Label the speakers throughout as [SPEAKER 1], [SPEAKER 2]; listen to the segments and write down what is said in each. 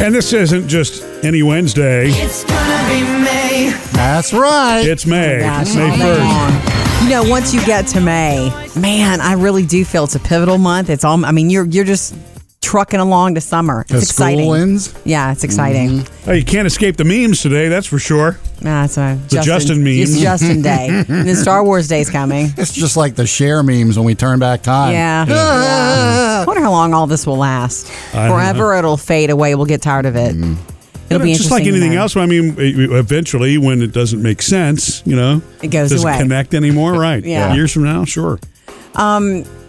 [SPEAKER 1] And this isn't just any Wednesday.
[SPEAKER 2] It's gonna be May.
[SPEAKER 3] That's right.
[SPEAKER 1] It's May.
[SPEAKER 4] Oh Gosh,
[SPEAKER 1] It's May
[SPEAKER 4] all day
[SPEAKER 1] 1st.
[SPEAKER 4] long. You know, once you get to May, man, I really do feel it's a pivotal month. It's all. I mean, you're you're just trucking along to summer. It's
[SPEAKER 3] The
[SPEAKER 4] exciting.
[SPEAKER 3] school ends.
[SPEAKER 4] Yeah, it's exciting.
[SPEAKER 1] Oh, you can't escape the memes today, that's for sure.
[SPEAKER 4] Ah, so
[SPEAKER 1] The Justin memes.
[SPEAKER 4] It's Justin Day. and then Star Wars Day's coming.
[SPEAKER 3] It's just like the share memes when we turn back time.
[SPEAKER 4] Yeah. I wonder how long all this will last.
[SPEAKER 1] I don't
[SPEAKER 4] Forever it'll fade away. We'll get tired of it. It'll be
[SPEAKER 1] it's just
[SPEAKER 4] interesting
[SPEAKER 1] like
[SPEAKER 4] to
[SPEAKER 1] anything
[SPEAKER 4] know.
[SPEAKER 1] else. I mean, e, eventually, when it doesn't make sense, you know,
[SPEAKER 4] It goes
[SPEAKER 1] doesn't
[SPEAKER 4] away.
[SPEAKER 1] connect anymore. Right?
[SPEAKER 4] Yeah.
[SPEAKER 1] Years from now, sure.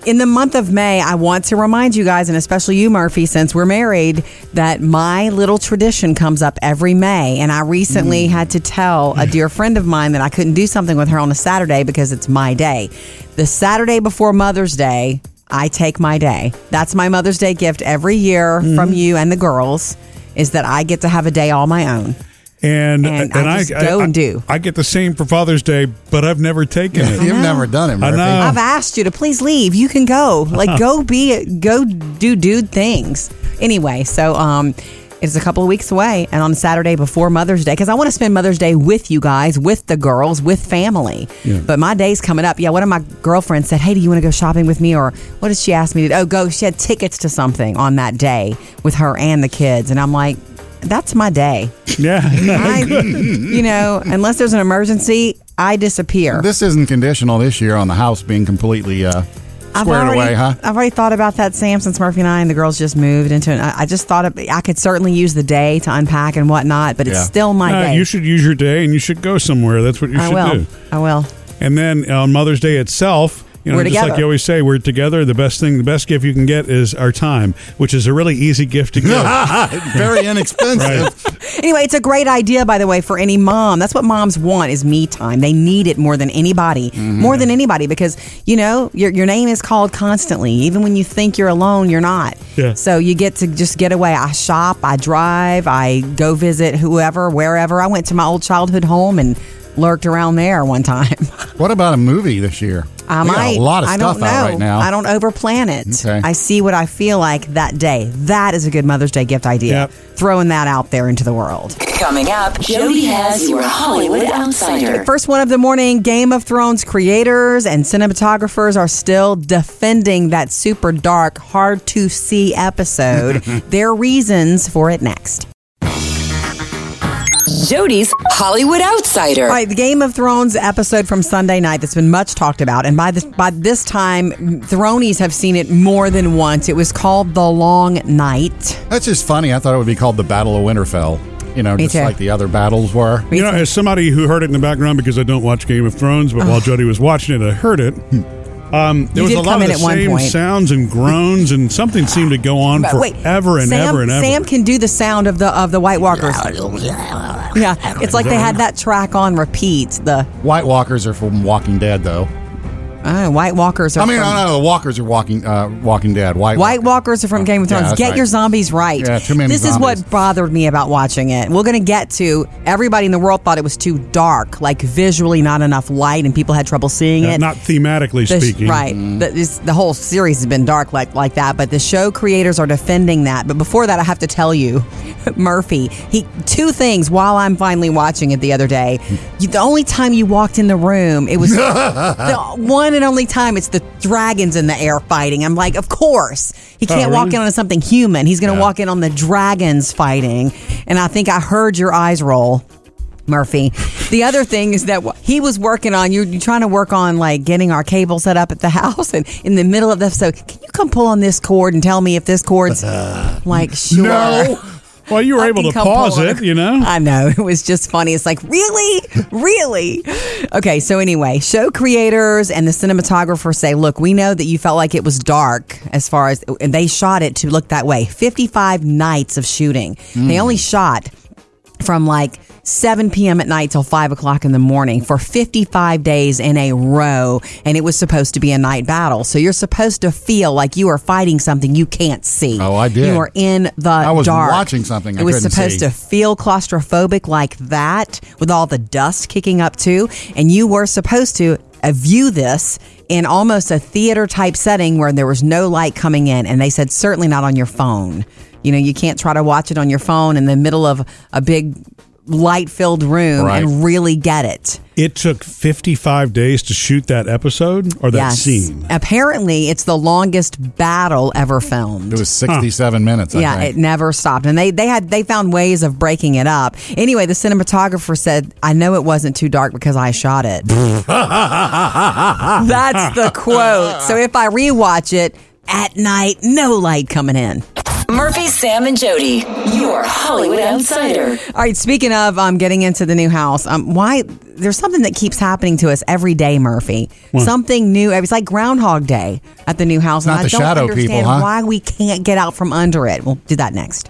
[SPEAKER 4] In the month of May, I want to remind you guys, and especially you, Murphy, since we're married, that my little tradition comes up every May. And I recently had to tell a dear friend of mine that I couldn't do something with her on a Saturday because it's my day. The Saturday before Mother's Day, I take my day. That's my Mother's Day gift every year from you and the girls is that I get to have a day all my own.
[SPEAKER 1] And
[SPEAKER 4] And I just go and do.
[SPEAKER 1] I get the same for Father's Day, but I've never taken it.
[SPEAKER 3] You've never done it,
[SPEAKER 1] I
[SPEAKER 3] Murphy.
[SPEAKER 1] know.
[SPEAKER 4] I've asked you to please leave. You can go. Like go be go do dude things. Anyway, so um it's a couple of weeks away and on Saturday before Mother's Day cuz I want to spend Mother's Day with you guys, with the girls, with family. But my day's coming up. Yeah, one of my girlfriends said, "Hey, do you want to go shopping with me?" or what did she ask me to? Oh, go. She had tickets to something on that day with her and the kids, and I'm like, "That's my day."
[SPEAKER 1] yeah.
[SPEAKER 4] I, you know, unless there's an emergency, I disappear.
[SPEAKER 3] This isn't conditional this year on the house being completely uh, squared
[SPEAKER 4] already,
[SPEAKER 3] away, huh?
[SPEAKER 4] I've already thought about that, Sam. Since Murphy and I and the girls just moved into, an, I, I just thought it, I could certainly use the day to unpack and whatnot, but it's
[SPEAKER 3] Yeah.
[SPEAKER 4] still my
[SPEAKER 1] Uh,
[SPEAKER 4] day.
[SPEAKER 1] you should use your day, and you should go somewhere. That's what you
[SPEAKER 4] I
[SPEAKER 1] should
[SPEAKER 4] will.
[SPEAKER 1] do.
[SPEAKER 4] I will.
[SPEAKER 1] And then on Mother's Day itself, you know,
[SPEAKER 4] We're
[SPEAKER 1] just like
[SPEAKER 4] together.
[SPEAKER 1] you always say, we're together. The best thing, the best gift you can get is our time, which is a really easy gift to give.
[SPEAKER 3] Very inexpensive.
[SPEAKER 1] Right.
[SPEAKER 4] Anyway, it's a great idea, by the way, for any mom. That's what moms want is me time. They need it more than anybody,
[SPEAKER 3] Mm-hmm.
[SPEAKER 4] more than anybody, because you know your your name is called constantly. Even when you think you're alone, you're not.
[SPEAKER 1] Yeah.
[SPEAKER 4] So you get to just get away. I shop, I drive, I go visit whoever, wherever. I went to my old childhood home and lurked around there one time.
[SPEAKER 3] What about a movie this year?
[SPEAKER 4] I
[SPEAKER 3] we got
[SPEAKER 4] might.
[SPEAKER 3] a lot of
[SPEAKER 4] I
[SPEAKER 3] stuff
[SPEAKER 4] don't know.
[SPEAKER 3] out right now.
[SPEAKER 4] I don't overplan it.
[SPEAKER 3] Okay.
[SPEAKER 4] I see what I feel like that day. That is a good Mother's Day gift idea.
[SPEAKER 1] Yep.
[SPEAKER 4] Throwing that out there into the world.
[SPEAKER 5] Coming up, Jody has your Hollywood Outsider.
[SPEAKER 4] First one of the morning, Game of Thrones creators and cinematographers are still defending that super dark, hard to see episode. Their reasons for it next.
[SPEAKER 5] Jody's Hollywood Outsider.
[SPEAKER 4] All right, the Game of Thrones episode from Sunday night that's been much talked about, and by this by this time, Thronies have seen it more than once. It was called The Long Night.
[SPEAKER 3] That's just funny. I thought it would be called the Battle of Winterfell. You know,
[SPEAKER 4] Me
[SPEAKER 3] just
[SPEAKER 4] too.
[SPEAKER 3] like the other battles were.
[SPEAKER 1] You know, as somebody who heard it in the background because I don't watch Game of Thrones, but while Jody was watching it, I heard it. Um, there was
[SPEAKER 4] did
[SPEAKER 1] a lot
[SPEAKER 4] come
[SPEAKER 1] of
[SPEAKER 4] in
[SPEAKER 1] the
[SPEAKER 4] at one
[SPEAKER 1] same
[SPEAKER 4] point.
[SPEAKER 1] sounds and groans, and something seemed to go on
[SPEAKER 4] But wait,
[SPEAKER 1] forever and
[SPEAKER 4] Sam,
[SPEAKER 1] ever Uh, and ever.
[SPEAKER 4] Sam can do the sound of the of the White Walkers. Yeah, it's like they had that track on repeat. The
[SPEAKER 3] White Walkers are from Walking Dead, though.
[SPEAKER 4] oh, White Walkers are.
[SPEAKER 3] I mean,
[SPEAKER 4] from,
[SPEAKER 3] no, no, the Walkers are Walking uh, Walking Dead. White,
[SPEAKER 4] White
[SPEAKER 3] Walkers.
[SPEAKER 4] Walkers are from Game of
[SPEAKER 3] Yeah,
[SPEAKER 4] Thrones.
[SPEAKER 3] that's
[SPEAKER 4] get
[SPEAKER 3] right.
[SPEAKER 4] your zombies right.
[SPEAKER 3] Yeah, too many
[SPEAKER 4] This is
[SPEAKER 3] zombies.
[SPEAKER 4] what bothered me about watching it. We're going to get to everybody in the world thought it was too dark, like visually not enough light, and people had trouble seeing
[SPEAKER 1] Uh,
[SPEAKER 4] it.
[SPEAKER 1] Not thematically
[SPEAKER 4] The sh-
[SPEAKER 1] speaking.
[SPEAKER 4] Right. The, this, the whole series has been dark like, like that, but the show creators are defending that. But before that, I have to tell you, Murphy, he two things while I'm finally watching it the other day. You, the only time you walked in the room, it was the one and only time it's the dragons in the air fighting. I'm like, of course. He can't walk
[SPEAKER 1] Oh, really?
[SPEAKER 4] in on something human. He's going to
[SPEAKER 3] Yeah.
[SPEAKER 4] walk in on the dragons fighting. And I think I heard your eyes roll. Murphy. The other thing is that wh- he was working on you. You're trying to work on like getting our cable set up at the house, and in the middle of the episode, can you come pull on this cord and tell me if this cord's like sure?
[SPEAKER 3] No.
[SPEAKER 1] Well, you were able to
[SPEAKER 4] Fucking come
[SPEAKER 1] pause
[SPEAKER 4] pull on
[SPEAKER 1] it,
[SPEAKER 4] a-
[SPEAKER 1] you know?
[SPEAKER 4] I know. It was just funny. It's like, really? really? Okay, so anyway, show creators and the cinematographer say, look, we know that you felt like it was dark as far as, and they shot it to look that way. 55 nights of shooting. They
[SPEAKER 3] Hmm.
[SPEAKER 4] only shot from like 7 p.m. at night till 5 o'clock in the morning for 55 days in a row. And it was supposed to be a night battle. So you're supposed to feel like you are fighting something you can't see.
[SPEAKER 3] Oh, I did.
[SPEAKER 4] You are in the
[SPEAKER 3] I was
[SPEAKER 4] dark.
[SPEAKER 3] watching something I
[SPEAKER 4] it was
[SPEAKER 3] couldn't
[SPEAKER 4] supposed
[SPEAKER 3] see.
[SPEAKER 4] to feel claustrophobic like that with all the dust kicking up too. And you were supposed to uh, view this in almost a theater type setting where there was no light coming in. And they said, certainly not on your phone. You know, you can't try to watch it on your phone in the middle of a big light filled room
[SPEAKER 3] Right.
[SPEAKER 4] and really get it.
[SPEAKER 1] It took 55 days to shoot that episode or that
[SPEAKER 4] yes.
[SPEAKER 1] scene.
[SPEAKER 4] Apparently, it's the longest battle ever filmed.
[SPEAKER 3] It was 67 minutes, I
[SPEAKER 4] Yeah,
[SPEAKER 3] think.
[SPEAKER 4] it never stopped, and they they had they found ways of breaking it up. Anyway, the cinematographer said, "I know it wasn't too dark because I shot it." That's the quote. So if I rewatch it at night, no light coming in.
[SPEAKER 5] Murphy, Sam, and Jody, your Hollywood Outsider.
[SPEAKER 4] All right. Speaking of um, getting into the new house, um, why there's something that keeps happening to us every day, Murphy. Something new. It's like Groundhog Day at the new house,
[SPEAKER 3] Not
[SPEAKER 4] and I
[SPEAKER 3] the
[SPEAKER 4] don't
[SPEAKER 3] shadow
[SPEAKER 4] understand
[SPEAKER 3] people, huh?
[SPEAKER 4] why we can't get out from under it. We'll do that next.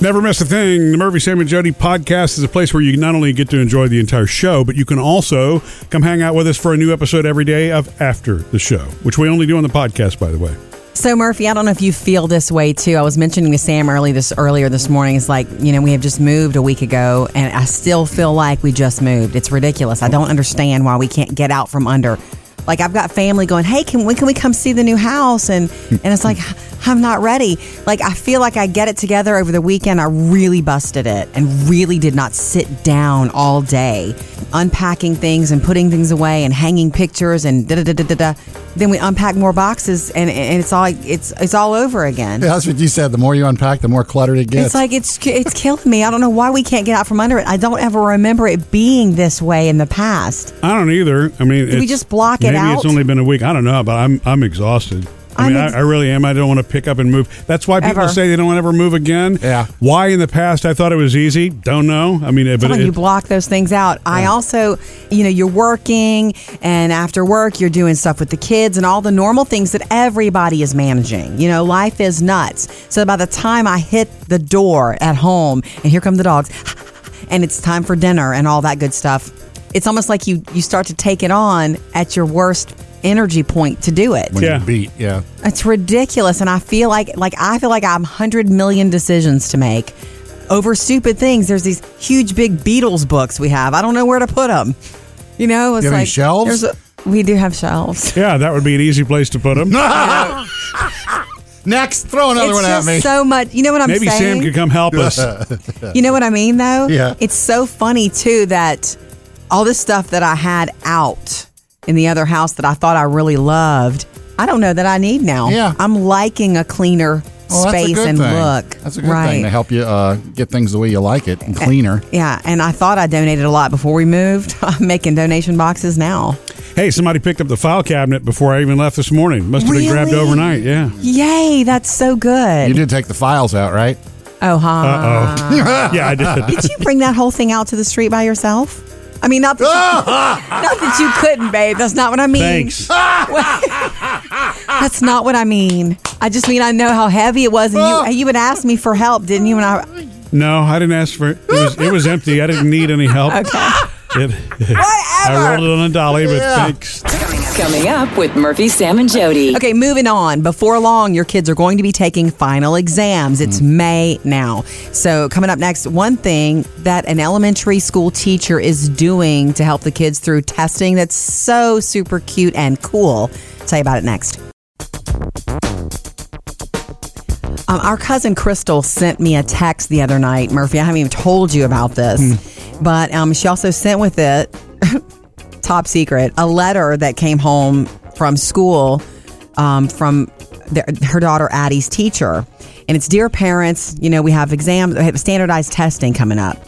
[SPEAKER 1] Never miss a thing. The Murphy, Sam, and Jody podcast is a place where you not only get to enjoy the entire show, but you can also come hang out with us for a new episode every day of After the Show, which we only do on the podcast, by the way.
[SPEAKER 4] So Murphy, I don't know if you feel this way too. I was mentioning to Sam early this earlier this morning. It's like you know we have just moved a week ago, and I still feel like we just moved. It's ridiculous. I don't understand why we can't get out from under. Like I've got family going, hey, can when can we come see the new house? And and it's like I'm not ready. Like I feel like I get it together over the weekend. I really busted it and really did not sit down all day unpacking things and putting things away and hanging pictures and da da da da da. da then we unpack more boxes and, and it's all it's it's all over again.
[SPEAKER 3] Yeah, That's what you said. The more you unpack, the more cluttered it gets.
[SPEAKER 4] It's like it's it's killing me. I don't know why we can't get out from under it. I don't ever remember it being this way in the past.
[SPEAKER 1] I don't either. I mean,
[SPEAKER 4] we
[SPEAKER 1] it's-
[SPEAKER 4] just block it
[SPEAKER 1] maybe
[SPEAKER 4] out?
[SPEAKER 1] it's only been a week. I don't know, but I'm I'm exhausted. I
[SPEAKER 4] I'm
[SPEAKER 1] mean,
[SPEAKER 4] ex-
[SPEAKER 1] I, I really am. I don't want to pick up and move. That's why people
[SPEAKER 4] Ever.
[SPEAKER 1] say they don't want to ever move again.
[SPEAKER 3] Yeah.
[SPEAKER 1] Why in the past I thought it was easy? Don't know. I mean, but
[SPEAKER 4] It's like
[SPEAKER 1] it,
[SPEAKER 4] you block those things out. I also, you know, you're working and after work you're doing stuff with the kids and all the normal things that everybody is managing. You know, life is nuts. So by the time I hit the door at home and here come the dogs and it's time for dinner and all that good stuff, it's almost like you you start to take it on at your worst energy point to do it.
[SPEAKER 3] when
[SPEAKER 1] Yeah.
[SPEAKER 3] you beat, yeah.
[SPEAKER 4] It's ridiculous, and I feel like like I feel like I have hundred million decisions to make over stupid things. There's these huge big Beatles books we have. I don't know where to put them. You know, it's
[SPEAKER 3] You have any
[SPEAKER 4] like
[SPEAKER 3] shelves?
[SPEAKER 4] there's a- we do have shelves.
[SPEAKER 1] yeah, that would be an easy place to put them.
[SPEAKER 3] Next, throw another
[SPEAKER 4] it's
[SPEAKER 3] one at
[SPEAKER 4] just
[SPEAKER 3] me.
[SPEAKER 4] so much. You know what I'm
[SPEAKER 1] Maybe
[SPEAKER 4] saying?
[SPEAKER 1] Sam could come help us.
[SPEAKER 4] You know what I mean, though?
[SPEAKER 3] Yeah.
[SPEAKER 4] It's so funny, too, that all this stuff that I had out in the other house that I thought I really loved, I don't know that I need now.
[SPEAKER 3] Yeah.
[SPEAKER 4] I'm liking a cleaner
[SPEAKER 3] Well, Oh, that's a
[SPEAKER 4] space
[SPEAKER 3] good
[SPEAKER 4] and
[SPEAKER 3] thing.
[SPEAKER 4] look.
[SPEAKER 3] That's a good
[SPEAKER 4] right.
[SPEAKER 3] thing to help you uh, get things the way you like it and cleaner.
[SPEAKER 4] Yeah, and I thought I donated a lot before we moved. I'm making donation boxes now.
[SPEAKER 1] Hey, somebody picked up the file cabinet before I even left this morning. Must have been grabbed
[SPEAKER 4] Really?
[SPEAKER 1] overnight. Yeah.
[SPEAKER 4] Yay, that's so good.
[SPEAKER 3] You did take the files out, right?
[SPEAKER 4] oh, huh.
[SPEAKER 1] yeah, I did.
[SPEAKER 4] Did you bring that whole thing out to the street by yourself? I mean, not that, not that you couldn't, babe. That's not what I mean.
[SPEAKER 1] Thanks.
[SPEAKER 4] That's not what I mean. I just mean I know how heavy it was, and
[SPEAKER 3] Ah.
[SPEAKER 4] you you had asked me for help, didn't you? And I
[SPEAKER 1] No, I didn't ask for it. It was, it was empty. I didn't need any help. Okay. It, I rolled it on a dolly, but
[SPEAKER 3] Yeah.
[SPEAKER 1] thanks.
[SPEAKER 5] Coming up with Murphy, Sam, and Jody.
[SPEAKER 4] Okay, moving on. Before long, your kids are going to be taking final exams. It's May now. So, coming up next, one thing that an elementary school teacher is doing to help the kids through testing that's so super cute and cool. Tell you about it next. Um, our cousin Crystal sent me a text the other night, Murphy. I haven't even told you about this, but um, she also sent with it, top secret, a letter that came home from school um, from their, her daughter Addie's teacher. And it's Dear Parents, you know, we have exams, we have standardized testing coming up.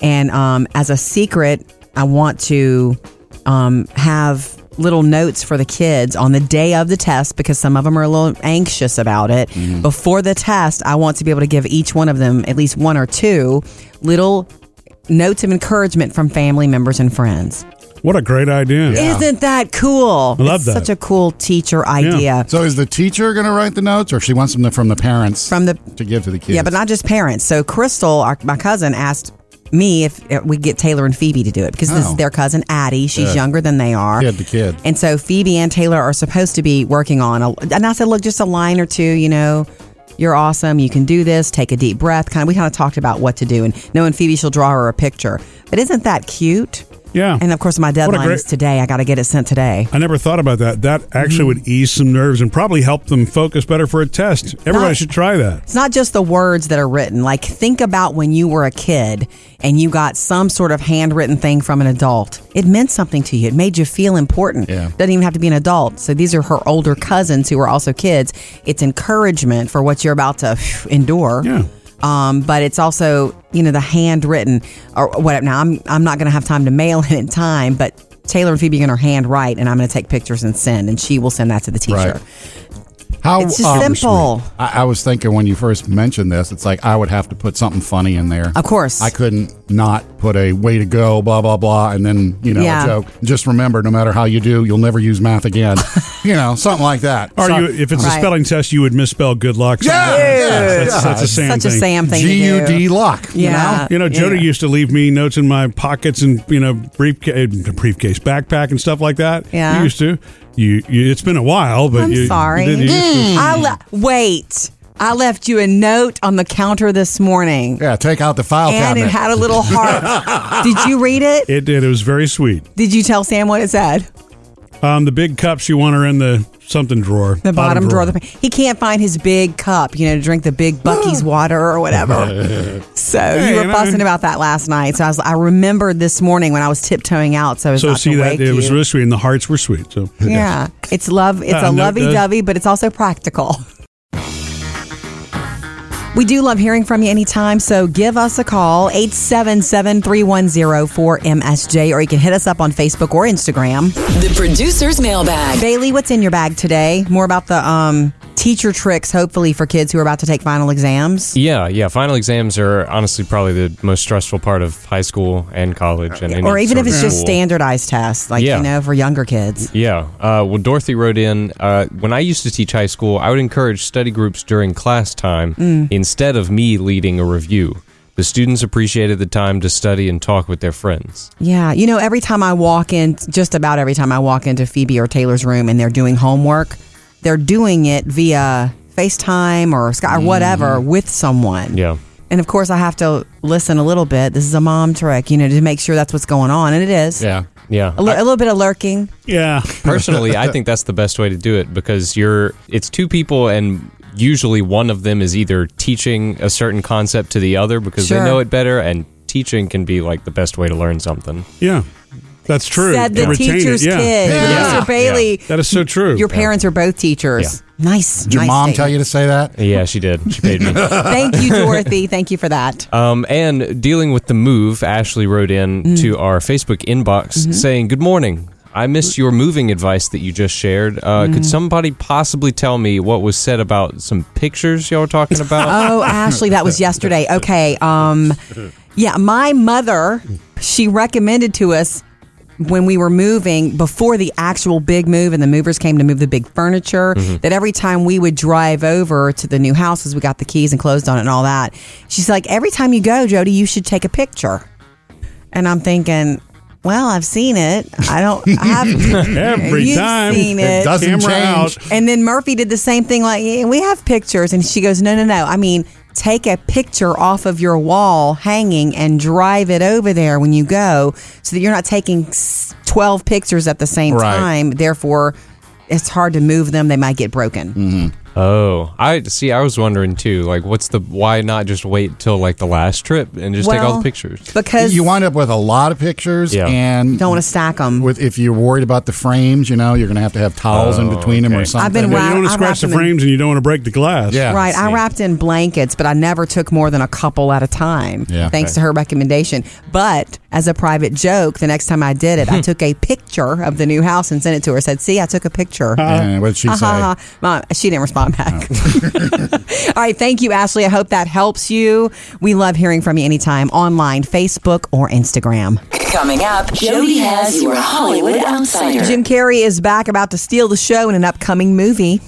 [SPEAKER 4] And um, as a secret, I want to um, have little notes for the kids on the day of the test because some of them are a little anxious about it.
[SPEAKER 1] Mm-hmm.
[SPEAKER 4] Before the test, I want to be able to give each one of them at least one or two little notes of encouragement from family members and friends.
[SPEAKER 1] What a great idea.
[SPEAKER 4] Isn't that cool?
[SPEAKER 1] I love
[SPEAKER 4] It's
[SPEAKER 1] that.
[SPEAKER 4] Such a cool teacher idea.
[SPEAKER 3] So is the teacher going to write the notes, or she wants them to, from the parents
[SPEAKER 4] From the
[SPEAKER 3] to give to the kids?
[SPEAKER 4] Yeah, but not just parents. So Crystal, our, my cousin, asked me if we get Taylor and Phoebe to do it because this is
[SPEAKER 3] Oh.
[SPEAKER 4] their cousin Addie. She's younger than they are.
[SPEAKER 3] Kid to kid.
[SPEAKER 4] And so Phoebe and Taylor are supposed to be working on. A, and I said, look, just a line or two. You know, you're awesome. You can do this. Take a deep breath. Kind of. We kind of talked about what to do. And knowing Phoebe, she'll draw her a picture. But isn't that cute?
[SPEAKER 1] Yeah.
[SPEAKER 4] And of course, my
[SPEAKER 1] a
[SPEAKER 4] deadline
[SPEAKER 1] great-
[SPEAKER 4] is today. I got to get it sent today.
[SPEAKER 1] I never thought about that. That actually would ease some nerves and probably help them focus better for a test. Everybody
[SPEAKER 4] Not-
[SPEAKER 1] should try that.
[SPEAKER 4] It's not just the words that are written. Like, think about when you were a kid and you got some sort of handwritten thing from an adult. It meant something to you, it made you feel important.
[SPEAKER 3] Yeah.
[SPEAKER 4] Doesn't even have to be an adult. So, these are her older cousins who are also kids. It's encouragement for what you're about to phew, endure.
[SPEAKER 1] Yeah.
[SPEAKER 4] Um, but it's also, you know, the handwritten or whatever. Now, I'm, I'm not going to have time to mail it in time, but Taylor and Phoebe are going to handwrite and I'm going to take pictures and send, and she will send that to the teacher.
[SPEAKER 3] Right. How
[SPEAKER 4] It's just
[SPEAKER 3] um,
[SPEAKER 4] simple.
[SPEAKER 3] I, I was thinking when you first mentioned this, it's like I would have to put something funny in there.
[SPEAKER 4] Of course.
[SPEAKER 3] I couldn't not put a way to go, blah blah blah, and then you know
[SPEAKER 4] Yeah.
[SPEAKER 3] a joke. Just remember, no matter how you do, you'll never use math again. you know, something like that.
[SPEAKER 1] Or
[SPEAKER 3] Some-
[SPEAKER 1] you, if it's
[SPEAKER 4] Right.
[SPEAKER 1] a spelling test, you would misspell good luck.
[SPEAKER 3] Yeah, yeah,
[SPEAKER 1] That's, that's a Sam
[SPEAKER 4] Such
[SPEAKER 1] thing.
[SPEAKER 4] a Sam thing. to
[SPEAKER 3] G U
[SPEAKER 4] do.
[SPEAKER 3] D lock. you know?
[SPEAKER 4] Yeah.
[SPEAKER 1] You know, Jody
[SPEAKER 4] Yeah.
[SPEAKER 1] used to leave me notes in my pockets and you know briefcase, briefcase, backpack, and stuff like that.
[SPEAKER 4] Yeah.
[SPEAKER 1] you used to. You, you it's been a while, but
[SPEAKER 4] I'm
[SPEAKER 1] you,
[SPEAKER 4] sorry. Mm.
[SPEAKER 1] You did, you used to-
[SPEAKER 4] I le- wait. I left you a note on the counter this morning,
[SPEAKER 3] Yeah, take out the file
[SPEAKER 4] and
[SPEAKER 3] cabinet.
[SPEAKER 4] it had a little heart. Did you read it?
[SPEAKER 1] It did. It was very sweet.
[SPEAKER 4] Did you tell Sam what it said?
[SPEAKER 1] Um, the big cups you want are in the something drawer,
[SPEAKER 4] The bottom, drawer. Of the he can't find his big cup, you know, to drink the big Bucky's water or whatever. So you
[SPEAKER 1] you
[SPEAKER 4] were
[SPEAKER 1] know.
[SPEAKER 4] fussing about that last night. So I was, I remembered this morning when I was tiptoeing out. So I was
[SPEAKER 1] So
[SPEAKER 4] not
[SPEAKER 1] see
[SPEAKER 4] to
[SPEAKER 1] that
[SPEAKER 4] wake
[SPEAKER 1] it was
[SPEAKER 4] you.
[SPEAKER 1] really sweet, and the hearts were sweet. So
[SPEAKER 4] yeah. It's love. It's
[SPEAKER 1] Uh,
[SPEAKER 4] a
[SPEAKER 1] no, it
[SPEAKER 4] lovey-dovey, but it's also practical. We do love hearing from you anytime, so give us a call, 877-310-4MSJ, or you can hit us up on Facebook or Instagram.
[SPEAKER 5] The producer's mailbag.
[SPEAKER 4] Bailey, what's in your bag today? More about the um, teacher tricks, hopefully, for kids who are about to take final exams.
[SPEAKER 6] Yeah, yeah. Final exams are honestly probably the most stressful part of high school and college, and any
[SPEAKER 4] Or even if
[SPEAKER 6] sort of
[SPEAKER 4] it's just
[SPEAKER 6] school.
[SPEAKER 4] standardized tests, like,
[SPEAKER 6] Yeah.
[SPEAKER 4] you know, for younger kids.
[SPEAKER 6] Yeah. Uh, well, Dorothy wrote in uh, when I used to teach high school, I would encourage study groups during class time
[SPEAKER 4] Mm.
[SPEAKER 6] instead of me leading a review. The students appreciated the time to study and talk with their friends.
[SPEAKER 4] Yeah, you know, every time I walk in, just about every time I walk into Phoebe or Taylor's room and they're doing homework, they're doing it via FaceTime or Sky or
[SPEAKER 1] Mm.
[SPEAKER 4] whatever with someone.
[SPEAKER 6] Yeah.
[SPEAKER 4] And of course, I have to listen a little bit. This is a mom trick, you know, to make sure that's what's going on. And it is.
[SPEAKER 3] yeah.
[SPEAKER 6] Yeah.
[SPEAKER 4] A, li- a little bit of lurking.
[SPEAKER 1] yeah,
[SPEAKER 6] personally i think that's the best way to do it because you're it's two people and usually one of them is either teaching a certain concept to the other because
[SPEAKER 4] Sure.
[SPEAKER 6] they know it better and teaching can be like the best way to learn something
[SPEAKER 1] yeah, that's true.
[SPEAKER 4] Said
[SPEAKER 1] To
[SPEAKER 4] the
[SPEAKER 1] retain it,
[SPEAKER 4] teacher's
[SPEAKER 1] yeah.
[SPEAKER 4] kid.
[SPEAKER 3] Yeah.
[SPEAKER 4] Mr. Bailey,
[SPEAKER 1] That is so true.
[SPEAKER 4] your parents are both teachers. Nice.
[SPEAKER 3] Did your
[SPEAKER 4] nice
[SPEAKER 3] mom
[SPEAKER 4] statement.
[SPEAKER 3] tell you to say that?
[SPEAKER 6] yeah she did she paid me
[SPEAKER 4] Thank you, Dorothy. Thank you for that.
[SPEAKER 6] Um, and dealing with the move, Ashley wrote in to our Facebook inbox saying, Good morning. I missed your moving advice that you just shared. Uh, Could somebody possibly tell me what was said about some pictures y'all were talking about?
[SPEAKER 4] Oh, Ashley, that was yesterday. Okay. Um, yeah, my mother, she recommended to us when we were moving before the actual big move and the movers came to move the big furniture that every time we would drive over to the new houses we got the keys and closed on it and all that she's like every time you go jody you should take a picture and i'm thinking well i've seen it i don't I have
[SPEAKER 1] Every
[SPEAKER 4] You've
[SPEAKER 1] time
[SPEAKER 4] seen it. It
[SPEAKER 3] doesn't
[SPEAKER 1] camera
[SPEAKER 3] change.
[SPEAKER 1] out.
[SPEAKER 4] And then Murphy did the same thing, like, yeah, we have pictures. And she goes, no, no, no. I mean, take a picture off of your wall hanging and drive it over there when you go so that you're not taking s- 12 pictures at the same
[SPEAKER 3] Right.
[SPEAKER 4] time. Therefore, it's hard to move them. They might get broken.
[SPEAKER 3] Mm.
[SPEAKER 6] oh, I see. I was wondering too. Like, what's the why not just wait till like the last trip and just take all
[SPEAKER 4] Well,
[SPEAKER 6] the pictures?
[SPEAKER 4] Because
[SPEAKER 3] You wind up with a lot of pictures,
[SPEAKER 6] Yeah.
[SPEAKER 3] and
[SPEAKER 4] don't want to stack them.
[SPEAKER 3] with if you're worried about the frames, you know, you're going to have to have towels
[SPEAKER 1] Oh,
[SPEAKER 3] in between them or
[SPEAKER 6] okay.
[SPEAKER 3] something.
[SPEAKER 4] I've been
[SPEAKER 1] Yeah, you
[SPEAKER 4] Wow,
[SPEAKER 1] don't want
[SPEAKER 4] I
[SPEAKER 1] to scratch the
[SPEAKER 4] wrapped 'em in-
[SPEAKER 1] frames and you don't want to break the glass.
[SPEAKER 3] Yeah.
[SPEAKER 4] Right. I wrapped in blankets, but I never took more than a couple at a time,
[SPEAKER 3] Yeah.
[SPEAKER 4] thanks to her recommendation. But as a private joke, the next time I did it, I took a picture of the new house and sent it to her. Said, See, I took a picture.
[SPEAKER 3] And what did she
[SPEAKER 4] Ha, ha,
[SPEAKER 3] say?
[SPEAKER 4] ha. Mom, she didn't respond back.
[SPEAKER 3] Oh.
[SPEAKER 4] All right. Thank you, Ashley. I hope that helps you. We love hearing from you anytime online, Facebook, or Instagram.
[SPEAKER 5] Coming up, Jody has your Hollywood Outsider.
[SPEAKER 4] Jim Carrey is back about to steal the show in an upcoming movie.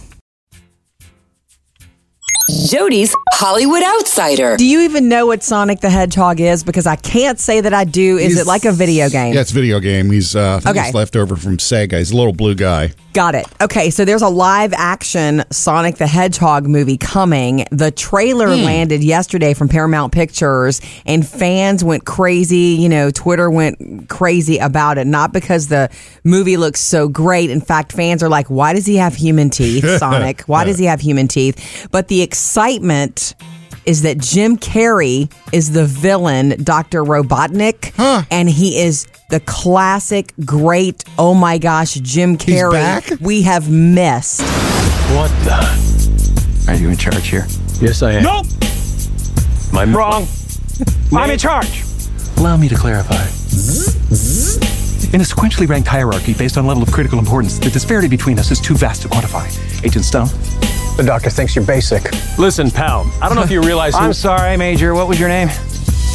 [SPEAKER 5] Jody's Hollywood Outsider.
[SPEAKER 4] Do you even know what Sonic the Hedgehog is? Because I can't say that I do. Is it like a video game?
[SPEAKER 3] Yeah, it's a video game. He's uh, I think
[SPEAKER 4] Okay.
[SPEAKER 3] he's left over from Sega. He's a little blue guy.
[SPEAKER 4] Got it. Okay, so there's a live action Sonic the Hedgehog movie coming. The trailer landed yesterday from Paramount Pictures, and fans went crazy. You know, Twitter went crazy about it, not because the movie looks so great. In fact, fans are like, why does he have human teeth, Sonic? Why does he have human teeth? But the excitement. Is that Jim Carrey is the villain, Dr. Robotnik, and he is the classic, great, oh my gosh, Jim Carrey. Harry,
[SPEAKER 3] back?
[SPEAKER 4] we have missed.
[SPEAKER 7] What the?
[SPEAKER 8] Are you in charge here?
[SPEAKER 7] Yes, I am.
[SPEAKER 1] Nope.
[SPEAKER 7] My wrong. I'm in charge.
[SPEAKER 8] Allow me to clarify. In a sequentially ranked hierarchy based on level of critical importance, the disparity between us is too vast to quantify. Agent Stone?
[SPEAKER 7] The doctor thinks you're basic. Listen, pal. I don't know if you realize. who-
[SPEAKER 8] I'm sorry, Major. What was your name?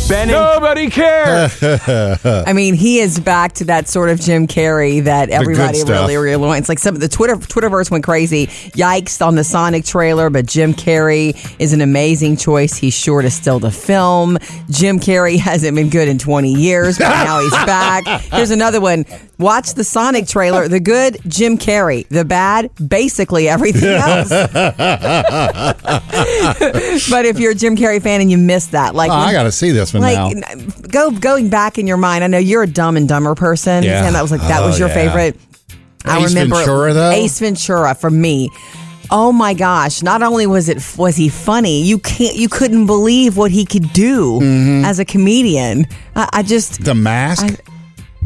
[SPEAKER 7] Benny. Nobody cares.
[SPEAKER 4] I mean, he is back to that sort of Jim Carrey that everybody
[SPEAKER 3] stuff.
[SPEAKER 4] really really wants. Like some of the Twitter Twitterverse went crazy. Yikes on the Sonic trailer, but Jim Carrey is an amazing choice. He's sure to still the film. Jim Carrey hasn't been good in 20 years, but now he's back. Here's another one. Watch the Sonic trailer. The good Jim Carrey, the bad basically everything else. but if you're a Jim Carrey fan and you missed that, like
[SPEAKER 3] Oh,
[SPEAKER 4] when-
[SPEAKER 3] I got to see this one now.
[SPEAKER 4] like n- go going back in your mind. I know you're a Dumb and Dumber person,
[SPEAKER 3] Yeah.
[SPEAKER 4] and that was like that was
[SPEAKER 3] Oh,
[SPEAKER 4] your
[SPEAKER 3] yeah.
[SPEAKER 4] favorite. I
[SPEAKER 3] Ace
[SPEAKER 4] remember
[SPEAKER 3] Ventura, though?
[SPEAKER 4] Ace Ventura for me. Oh my gosh! Not only was it was he funny, you can't you couldn't believe what he could do as a comedian. I, I just
[SPEAKER 3] Mm-hmm. The Mask.
[SPEAKER 4] I-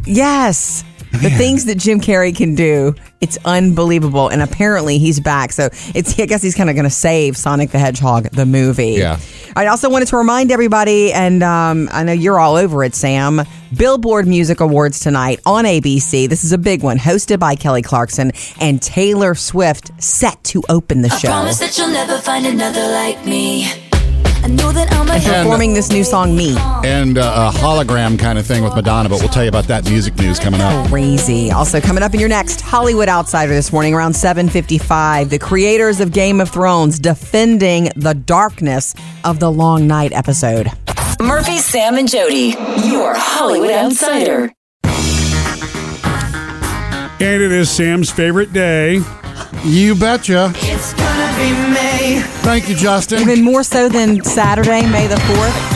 [SPEAKER 4] yes. The things that Jim Carrey can do, it's unbelievable. And apparently he's back. So it's I guess he's kind of going to save Sonic the Hedgehog, the movie.
[SPEAKER 3] Yeah.
[SPEAKER 4] I also wanted to remind everybody, and um, I know you're all over it, Sam. Billboard Music Awards tonight on ABC. This is a big one, hosted by Kelly Clarkson and Taylor Swift, set to open the show.
[SPEAKER 5] Promise that you'll never find another like me. I know that I'm a
[SPEAKER 4] Performing this new song, Me.
[SPEAKER 3] and uh, a hologram kind of thing with Madonna, but we'll tell you about that music news coming up.
[SPEAKER 4] crazy. Also coming up in your next Hollywood Outsider this morning around 7:55, the creators of Game of Thrones defending the darkness of the Long Night episode.
[SPEAKER 5] Murphy, Sam, and Jody. Your Hollywood Outsider.
[SPEAKER 1] And it is Sam's favorite day.
[SPEAKER 3] You betcha.
[SPEAKER 2] It's gonna be May.
[SPEAKER 3] Thank you, Justin.
[SPEAKER 4] Even more so than Saturday, May the 4th.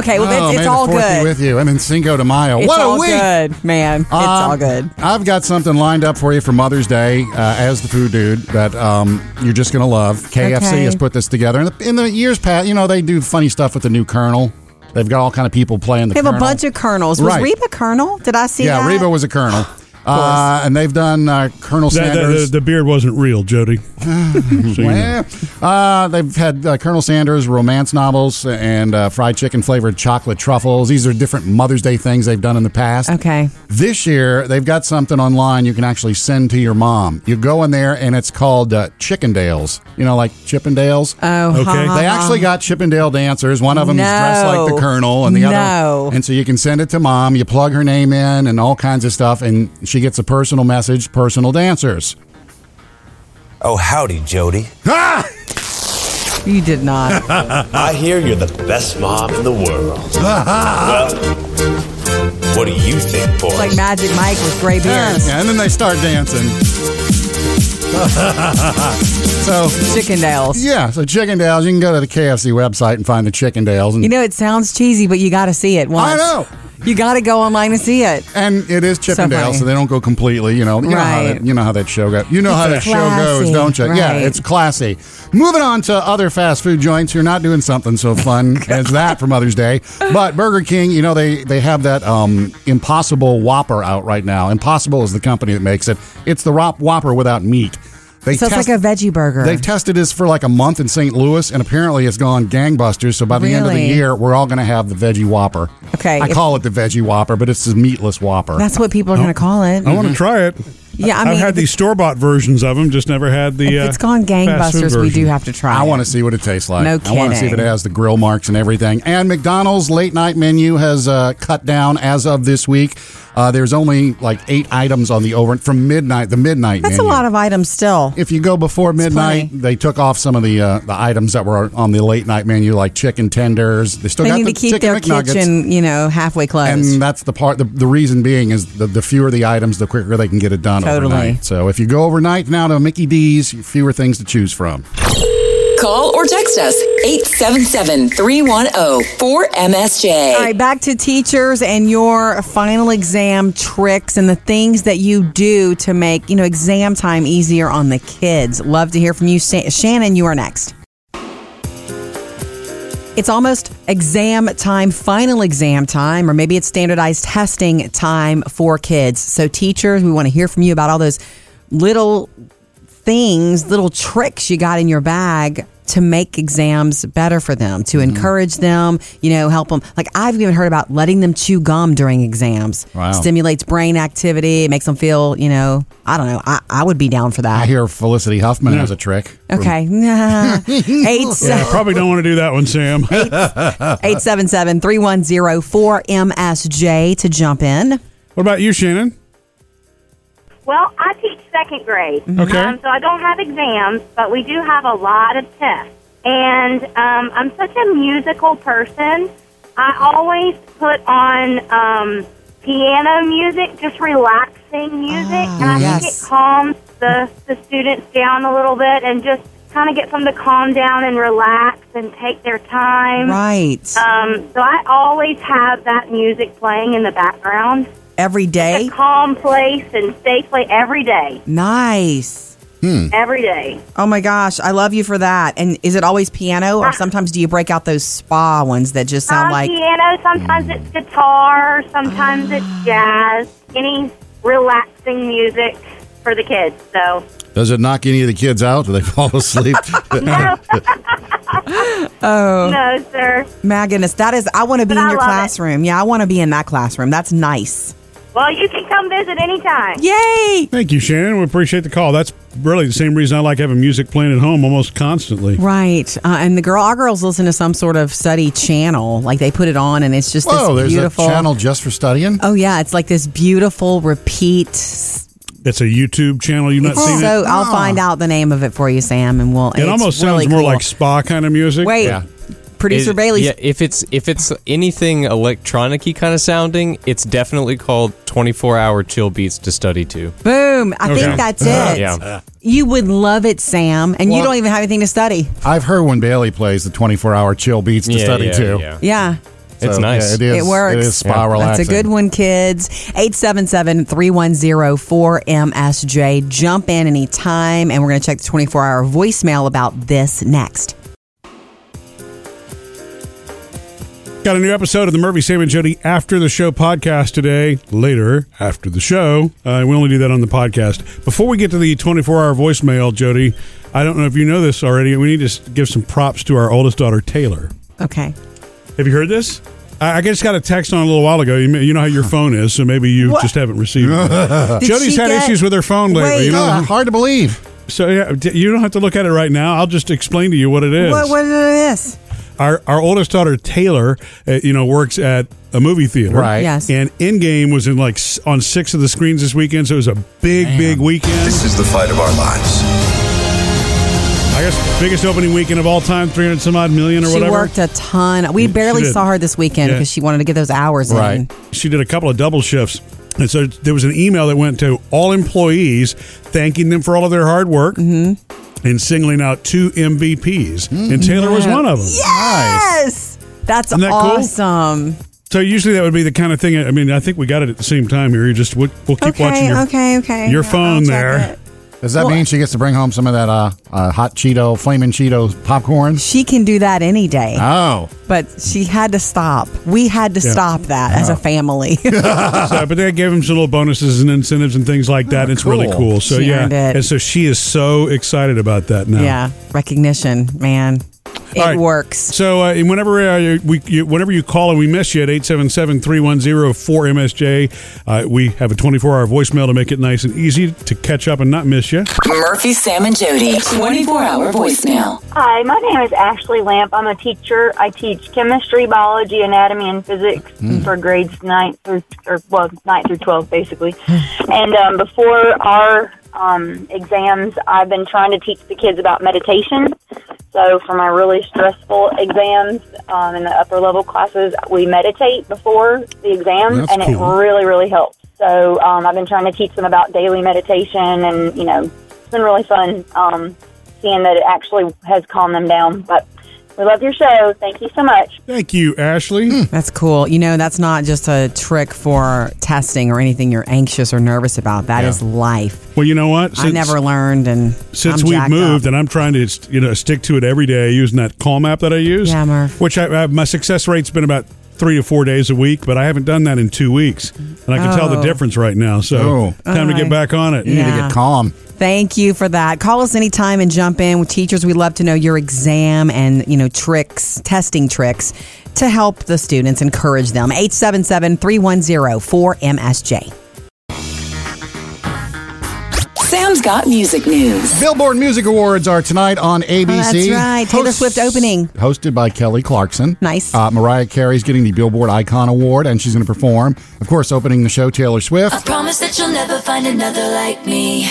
[SPEAKER 4] Okay, well
[SPEAKER 3] oh,
[SPEAKER 4] it's,
[SPEAKER 3] May
[SPEAKER 4] it's
[SPEAKER 3] the
[SPEAKER 4] all
[SPEAKER 3] 4th be
[SPEAKER 4] good.
[SPEAKER 3] with you. I'm in Cinco de Mayo.
[SPEAKER 4] it's
[SPEAKER 3] what
[SPEAKER 4] all
[SPEAKER 3] a week!
[SPEAKER 4] good, man. It's all
[SPEAKER 3] Um,
[SPEAKER 4] good.
[SPEAKER 3] I've got something lined up for you for Mother's Day uh, as the food dude that um, you're just going to love. KFC
[SPEAKER 4] Okay.
[SPEAKER 3] has put this together. In the, in the years past, you know, they do funny stuff with the new Colonel. They've got all kind of people playing the
[SPEAKER 4] They have a
[SPEAKER 3] Colonel.
[SPEAKER 4] bunch of colonels. Was
[SPEAKER 3] Right.
[SPEAKER 4] Reba colonel? Did I see
[SPEAKER 3] Yeah,
[SPEAKER 4] that?
[SPEAKER 3] Reba was a Colonel. Uh, and they've done uh, Colonel
[SPEAKER 1] That- that-
[SPEAKER 3] Sanders.
[SPEAKER 1] the, the beard wasn't real, Jody. So you know.
[SPEAKER 3] Well, uh, they've had uh, Colonel Sanders romance novels and uh, fried chicken flavored chocolate truffles. These are different Mother's Day things they've done in the past.
[SPEAKER 4] Okay.
[SPEAKER 3] This year, they've got something online you can actually send to your mom. You go in there, and it's called uh, Chickendales. You know, like Chippendales.
[SPEAKER 4] Oh,
[SPEAKER 1] Okay.
[SPEAKER 4] ha, ha,
[SPEAKER 3] They
[SPEAKER 4] ha.
[SPEAKER 3] actually got Chippendale dancers. One of them is dressed like
[SPEAKER 4] No.
[SPEAKER 3] the Colonel, and the
[SPEAKER 4] No.
[SPEAKER 3] other. And so you can send it to mom. You plug her name in, and all kinds of stuff, and she gets a personal message. Personal dancers.
[SPEAKER 9] Oh, howdy, Jody.
[SPEAKER 3] Ah!
[SPEAKER 4] You did not.
[SPEAKER 9] I hear you're the best mom in the world. well, what do you think, boys?
[SPEAKER 4] It's like Magic Mike with gray beards.
[SPEAKER 3] Yeah, and then they start dancing. so
[SPEAKER 4] Chickendales.
[SPEAKER 3] yeah, so Chickendales. You can go to the KFC website and find the Chickendales, and
[SPEAKER 4] You know, it sounds cheesy, but you got to see it once.
[SPEAKER 3] I know.
[SPEAKER 4] You got to go online and see it.
[SPEAKER 3] and it is Chippendales,
[SPEAKER 4] funny.
[SPEAKER 3] so, they don't go completely. You know, you know how
[SPEAKER 4] Right.
[SPEAKER 3] that, you know how that show goes. You know how that
[SPEAKER 4] It's
[SPEAKER 3] show goes,
[SPEAKER 4] classy,
[SPEAKER 3] don't you? Yeah,
[SPEAKER 4] right.
[SPEAKER 3] it's classy. Moving on to other fast food joints, you're not doing something so fun as that for Mother's Day. But Burger King, you know they they have that um, Impossible Whopper out right now. Impossible is the company that makes it. It's the Whop Whopper without meat. They
[SPEAKER 4] So it's
[SPEAKER 3] test-
[SPEAKER 4] like a veggie burger.
[SPEAKER 3] They've tested this for like a month in St. Louis, and apparently it's gone gangbusters. So by the end of the
[SPEAKER 4] Really?
[SPEAKER 3] year, we're all going to have the veggie whopper.
[SPEAKER 4] Okay,
[SPEAKER 3] I
[SPEAKER 4] if-
[SPEAKER 3] call it the veggie whopper, but it's the meatless whopper.
[SPEAKER 4] That's what people are going to call it.
[SPEAKER 1] I want to try it.
[SPEAKER 4] Mm-hmm. Yeah, I mean,
[SPEAKER 1] have had
[SPEAKER 4] if
[SPEAKER 1] the
[SPEAKER 4] it's-
[SPEAKER 1] store bought versions of them, just never had the.
[SPEAKER 4] If
[SPEAKER 1] uh,
[SPEAKER 4] it's gone
[SPEAKER 1] fast food
[SPEAKER 4] gangbusters, we do
[SPEAKER 1] version.
[SPEAKER 4] have to try.
[SPEAKER 3] I
[SPEAKER 4] it.
[SPEAKER 3] want to see what it tastes like.
[SPEAKER 4] No
[SPEAKER 3] I want to see if it
[SPEAKER 4] kidding.
[SPEAKER 3] has the grill marks and everything. And McDonald's late night menu has uh, cut down as of this week. Uh, there's only like eight items on the over from midnight. The midnight.
[SPEAKER 4] That's a
[SPEAKER 3] menu.
[SPEAKER 4] lot of items still.
[SPEAKER 3] If you go before midnight,
[SPEAKER 4] plenty.
[SPEAKER 3] they took off some of the uh, the items that were on the late night menu, like chicken tenders. They still
[SPEAKER 4] They
[SPEAKER 3] got
[SPEAKER 4] need
[SPEAKER 3] the
[SPEAKER 4] to keep
[SPEAKER 3] chicken
[SPEAKER 4] their
[SPEAKER 3] McNuggets.
[SPEAKER 4] kitchen, you know, halfway closed.
[SPEAKER 3] And that's the part. The, the reason being is the, the fewer the items, the quicker they can get it done.
[SPEAKER 4] Totally.
[SPEAKER 3] Overnight. So if you go overnight now to Mickey D's, fewer things to choose from.
[SPEAKER 5] Call or text us 877 310 4MSJ.
[SPEAKER 4] All right, back to teachers and your final exam tricks and the things that you do to make, you know, exam time easier on the kids. Love to hear from you. Sa- Shannon, you are next. It's almost exam time, final exam time, or maybe it's standardized testing time for kids. So, teachers, we want to hear from you about all those little things, little tricks you got in your bag to make exams better for them, to
[SPEAKER 3] Mm-hmm.
[SPEAKER 4] encourage them, you know, help them. Like I've even heard about letting them chew gum during exams.
[SPEAKER 3] Wow.
[SPEAKER 4] Stimulates brain activity, makes them feel, you know, I don't know. I, I would be down for
[SPEAKER 3] I
[SPEAKER 4] that.
[SPEAKER 3] hear Felicity Huffman has a trick.
[SPEAKER 4] Okay. Nah. Eight,
[SPEAKER 1] I probably don't want to do that one, Sam.
[SPEAKER 4] 877 310 4MSJ to jump in.
[SPEAKER 1] What about you, Shannon?
[SPEAKER 10] Well, I teach second grade.
[SPEAKER 1] Okay.
[SPEAKER 10] Um, so I don't have exams, but we do have a lot of tests. And um, I'm such a musical person. I always put on um, piano music, just relaxing music. and I think
[SPEAKER 4] yes.
[SPEAKER 10] it calms the, the students down a little bit and just kind of gets them to calm down and relax and take their time.
[SPEAKER 4] Right.
[SPEAKER 10] Um, so I always have that music playing in the background.
[SPEAKER 4] Every day.
[SPEAKER 10] A calm place and safely every day.
[SPEAKER 4] Nice.
[SPEAKER 10] Every day.
[SPEAKER 4] Oh my gosh, I love you for that. And is it always piano
[SPEAKER 10] Ah.
[SPEAKER 4] or sometimes do you break out those spa ones that just sound
[SPEAKER 10] Um,
[SPEAKER 4] like Mm.
[SPEAKER 10] piano. Sometimes it's guitar. Sometimes
[SPEAKER 4] Ah.
[SPEAKER 10] it's jazz. Any relaxing music for the kids. So
[SPEAKER 3] Does it knock any of the kids out? Do they fall asleep?
[SPEAKER 10] no,
[SPEAKER 4] Oh.
[SPEAKER 10] no, sir.
[SPEAKER 4] My goodness, that is. I want to be
[SPEAKER 10] But
[SPEAKER 4] in
[SPEAKER 10] I
[SPEAKER 4] your
[SPEAKER 10] love it.
[SPEAKER 4] classroom. Yeah, I want to be in that classroom. That's nice.
[SPEAKER 10] Well, you can come visit anytime.
[SPEAKER 4] Yay!
[SPEAKER 1] Thank you, Shannon. We appreciate the call. That's really the same reason I like having music playing at home almost constantly.
[SPEAKER 4] Right, uh, and the girl, our girls listen to some sort of study channel. Like they put it on, and it's just
[SPEAKER 3] Whoa,
[SPEAKER 4] this
[SPEAKER 3] there's
[SPEAKER 4] beautiful.
[SPEAKER 3] a channel just for studying.
[SPEAKER 4] Oh yeah, it's like this beautiful repeat. So
[SPEAKER 1] It's a YouTube channel. You've not seen it.
[SPEAKER 4] I'll find out the name of it for you, Sam, and we'll.
[SPEAKER 1] It
[SPEAKER 4] uh, it's
[SPEAKER 1] almost sounds
[SPEAKER 4] really
[SPEAKER 1] more
[SPEAKER 4] cool.
[SPEAKER 1] like spa kind of music.
[SPEAKER 4] Wait,
[SPEAKER 3] Yeah.
[SPEAKER 4] producer
[SPEAKER 6] It-
[SPEAKER 4] Bailey.
[SPEAKER 6] Yeah, if it's if it's anything electronic-y kind of sounding, it's definitely called 24-hour chill beats to study to.
[SPEAKER 4] Boom! I
[SPEAKER 1] Okay.
[SPEAKER 4] think that's it.
[SPEAKER 6] Yeah.
[SPEAKER 4] You would love it, Sam, and you
[SPEAKER 3] Well-
[SPEAKER 4] don't even have anything to study.
[SPEAKER 3] I've heard when Bailey plays the 24 hour chill beats to
[SPEAKER 6] Yeah,
[SPEAKER 3] study
[SPEAKER 6] yeah,
[SPEAKER 3] to.
[SPEAKER 6] yeah.
[SPEAKER 4] Yeah.
[SPEAKER 6] It's
[SPEAKER 3] So,
[SPEAKER 6] nice.
[SPEAKER 3] yeah, it is.
[SPEAKER 4] It works.
[SPEAKER 3] It is spa
[SPEAKER 6] Yeah.
[SPEAKER 3] relaxing.
[SPEAKER 4] That's a good one, kids. 877-310-4MSJ. Jump in anytime, and we're going to check the 24-hour voicemail about this next.
[SPEAKER 1] Got a new episode of the Murphy, Sam, and Jody After the Show podcast today. Later, after the show. Uh, we only do that on the podcast. Before we get to the 24 hour voicemail, Jody, I don't know if you know this already. We need to s- give some props to our oldest daughter, Taylor.
[SPEAKER 4] Okay.
[SPEAKER 1] Have you heard this? I I just got a text on a little while ago. You, may, you know how your phone is, so maybe you
[SPEAKER 4] What?
[SPEAKER 1] just haven't received it.
[SPEAKER 4] Did
[SPEAKER 1] Jody's
[SPEAKER 4] she
[SPEAKER 1] had
[SPEAKER 4] get-
[SPEAKER 1] issues with her phone lately.
[SPEAKER 4] Wait.
[SPEAKER 1] you know?
[SPEAKER 3] Yeah, Ah, hard to believe.
[SPEAKER 1] So yeah, d- you don't have to look at it right now. I'll just explain to you what it is.
[SPEAKER 4] What, what is this?
[SPEAKER 1] Our our oldest daughter Taylor, uh, you know, works at a movie theater,
[SPEAKER 3] Right.
[SPEAKER 4] Yes.
[SPEAKER 1] And Endgame was in like s- on six of the screens this weekend, so it was a big, big weekend.
[SPEAKER 9] This is the fight of our lives.
[SPEAKER 1] I guess biggest opening weekend of all time, three hundred some odd million or
[SPEAKER 4] She
[SPEAKER 1] whatever.
[SPEAKER 4] worked a ton. We
[SPEAKER 1] She
[SPEAKER 4] barely
[SPEAKER 1] did.
[SPEAKER 4] saw her this weekend
[SPEAKER 1] Yeah.
[SPEAKER 4] because she wanted to get those hours in.
[SPEAKER 3] Right.
[SPEAKER 1] She did a couple of double shifts. And so there was an email that went to all employees thanking them for all of their hard work
[SPEAKER 4] Mm-hmm.
[SPEAKER 1] and singling out two MVPs.
[SPEAKER 9] Mm.
[SPEAKER 1] And Taylor was one of them.
[SPEAKER 4] Yes! That's
[SPEAKER 1] Isn't that cool?
[SPEAKER 4] awesome.
[SPEAKER 1] So usually that would be the kind of thing. I mean, I think we got it at the same time here. You just we'll, we'll keep watching
[SPEAKER 4] Okay,
[SPEAKER 1] your
[SPEAKER 4] okay, okay.
[SPEAKER 1] your
[SPEAKER 4] I'll
[SPEAKER 1] phone
[SPEAKER 4] check
[SPEAKER 1] there.
[SPEAKER 4] it.
[SPEAKER 3] Does that
[SPEAKER 4] Well-
[SPEAKER 3] mean she gets to bring home some of that uh, uh, hot Cheeto, flaming Cheeto popcorn?
[SPEAKER 4] She can do that any day.
[SPEAKER 3] Oh.
[SPEAKER 4] but she had to stop. We had to
[SPEAKER 1] Ah. Yeah.
[SPEAKER 4] stop that as a family.
[SPEAKER 1] So, Uh, but they gave him some little bonuses and incentives and things like
[SPEAKER 4] Ah,
[SPEAKER 1] that. it's really
[SPEAKER 3] cool.
[SPEAKER 1] cool. So
[SPEAKER 4] She
[SPEAKER 1] yeah,
[SPEAKER 4] earned it.
[SPEAKER 1] and so she is so excited about that now.
[SPEAKER 4] yeah, recognition, man. It
[SPEAKER 1] All right.
[SPEAKER 4] works.
[SPEAKER 1] So uh, and whenever uh, you- we, you, whenever you call and we miss you at 877-310-4MSJ, uh, we have a 24-hour voicemail to make it nice and easy to catch up and not miss you.
[SPEAKER 5] Murphy, Sam, and Jody. 24 hour voicemail.
[SPEAKER 11] Hi, my name is Ashley Lamp. I'm a teacher. I teach chemistry, biology, anatomy, and physics
[SPEAKER 12] Mm.
[SPEAKER 11] for grades nine through or well nine through twelve, basically. and um, before our um, exams, I've been trying to teach the kids about meditation. So for my really stressful exams um, in the upper level classes, we meditate before the exam,
[SPEAKER 12] That's
[SPEAKER 11] and
[SPEAKER 12] cool.
[SPEAKER 11] it really really helps. So um, I've been trying to teach them about daily meditation, and you know, it's been really fun. Um, seeing that it actually has calmed them down. But we love your show. Thank you so much.
[SPEAKER 1] Thank you, Ashley.
[SPEAKER 4] That's cool. You know, that's not just a trick for testing or anything you're anxious or nervous about. That
[SPEAKER 1] Yeah.
[SPEAKER 4] is life.
[SPEAKER 1] Well, you know what?
[SPEAKER 4] I never learned, and
[SPEAKER 1] since
[SPEAKER 4] I'm
[SPEAKER 1] we've
[SPEAKER 4] jacked
[SPEAKER 1] moved,
[SPEAKER 4] up.
[SPEAKER 1] and I'm trying to you know stick to it every day using that call map that I use. Yeah, Murph. Which I, I my success rate's been about three to four days a week, but I haven't done that in two weeks, and I can tell the
[SPEAKER 4] Oh.
[SPEAKER 1] difference right now. So
[SPEAKER 3] Oh.
[SPEAKER 1] time to get
[SPEAKER 4] Alright.
[SPEAKER 1] back on it.
[SPEAKER 4] You need to get Yeah.
[SPEAKER 3] calm.
[SPEAKER 4] Thank you for that. Call us anytime and jump in with teachers. We love to know your exam and, you know, tricks, testing tricks to help the students encourage them. 877-310-4MSJ.
[SPEAKER 5] Sam's got music news.
[SPEAKER 3] Billboard Music Awards are tonight on ABC.
[SPEAKER 4] Oh, that's right. Taylor Swift opening.
[SPEAKER 3] Hosted by Kelly Clarkson.
[SPEAKER 4] Nice.
[SPEAKER 3] Uh, Mariah Carey's getting the Billboard Icon Award, and she's going to perform. Of course, opening the show, Taylor
[SPEAKER 5] I
[SPEAKER 3] Swift.
[SPEAKER 5] promise that you'll never find another like me.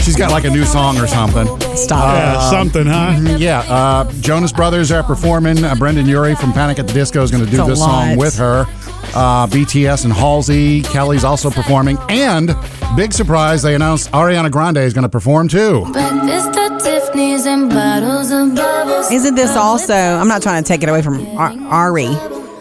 [SPEAKER 3] She's got like a new song or something.
[SPEAKER 4] Stop
[SPEAKER 1] it. Yeah, something, huh?
[SPEAKER 3] Yeah. Uh, Jonas Brothers are performing. Uh, Brendan Urie from Panic at the Disco is going to do
[SPEAKER 4] It's a
[SPEAKER 3] this song
[SPEAKER 4] lot.
[SPEAKER 3] with her. Uh, BTS and Halsey. Kelly's also performing. And big surprise, they announced Ariana Grande is going to perform too.
[SPEAKER 13] Breakfast at Tiffany's and bottles and bubbles.
[SPEAKER 4] Isn't this also, I'm not trying to take it away from Ar- Ari,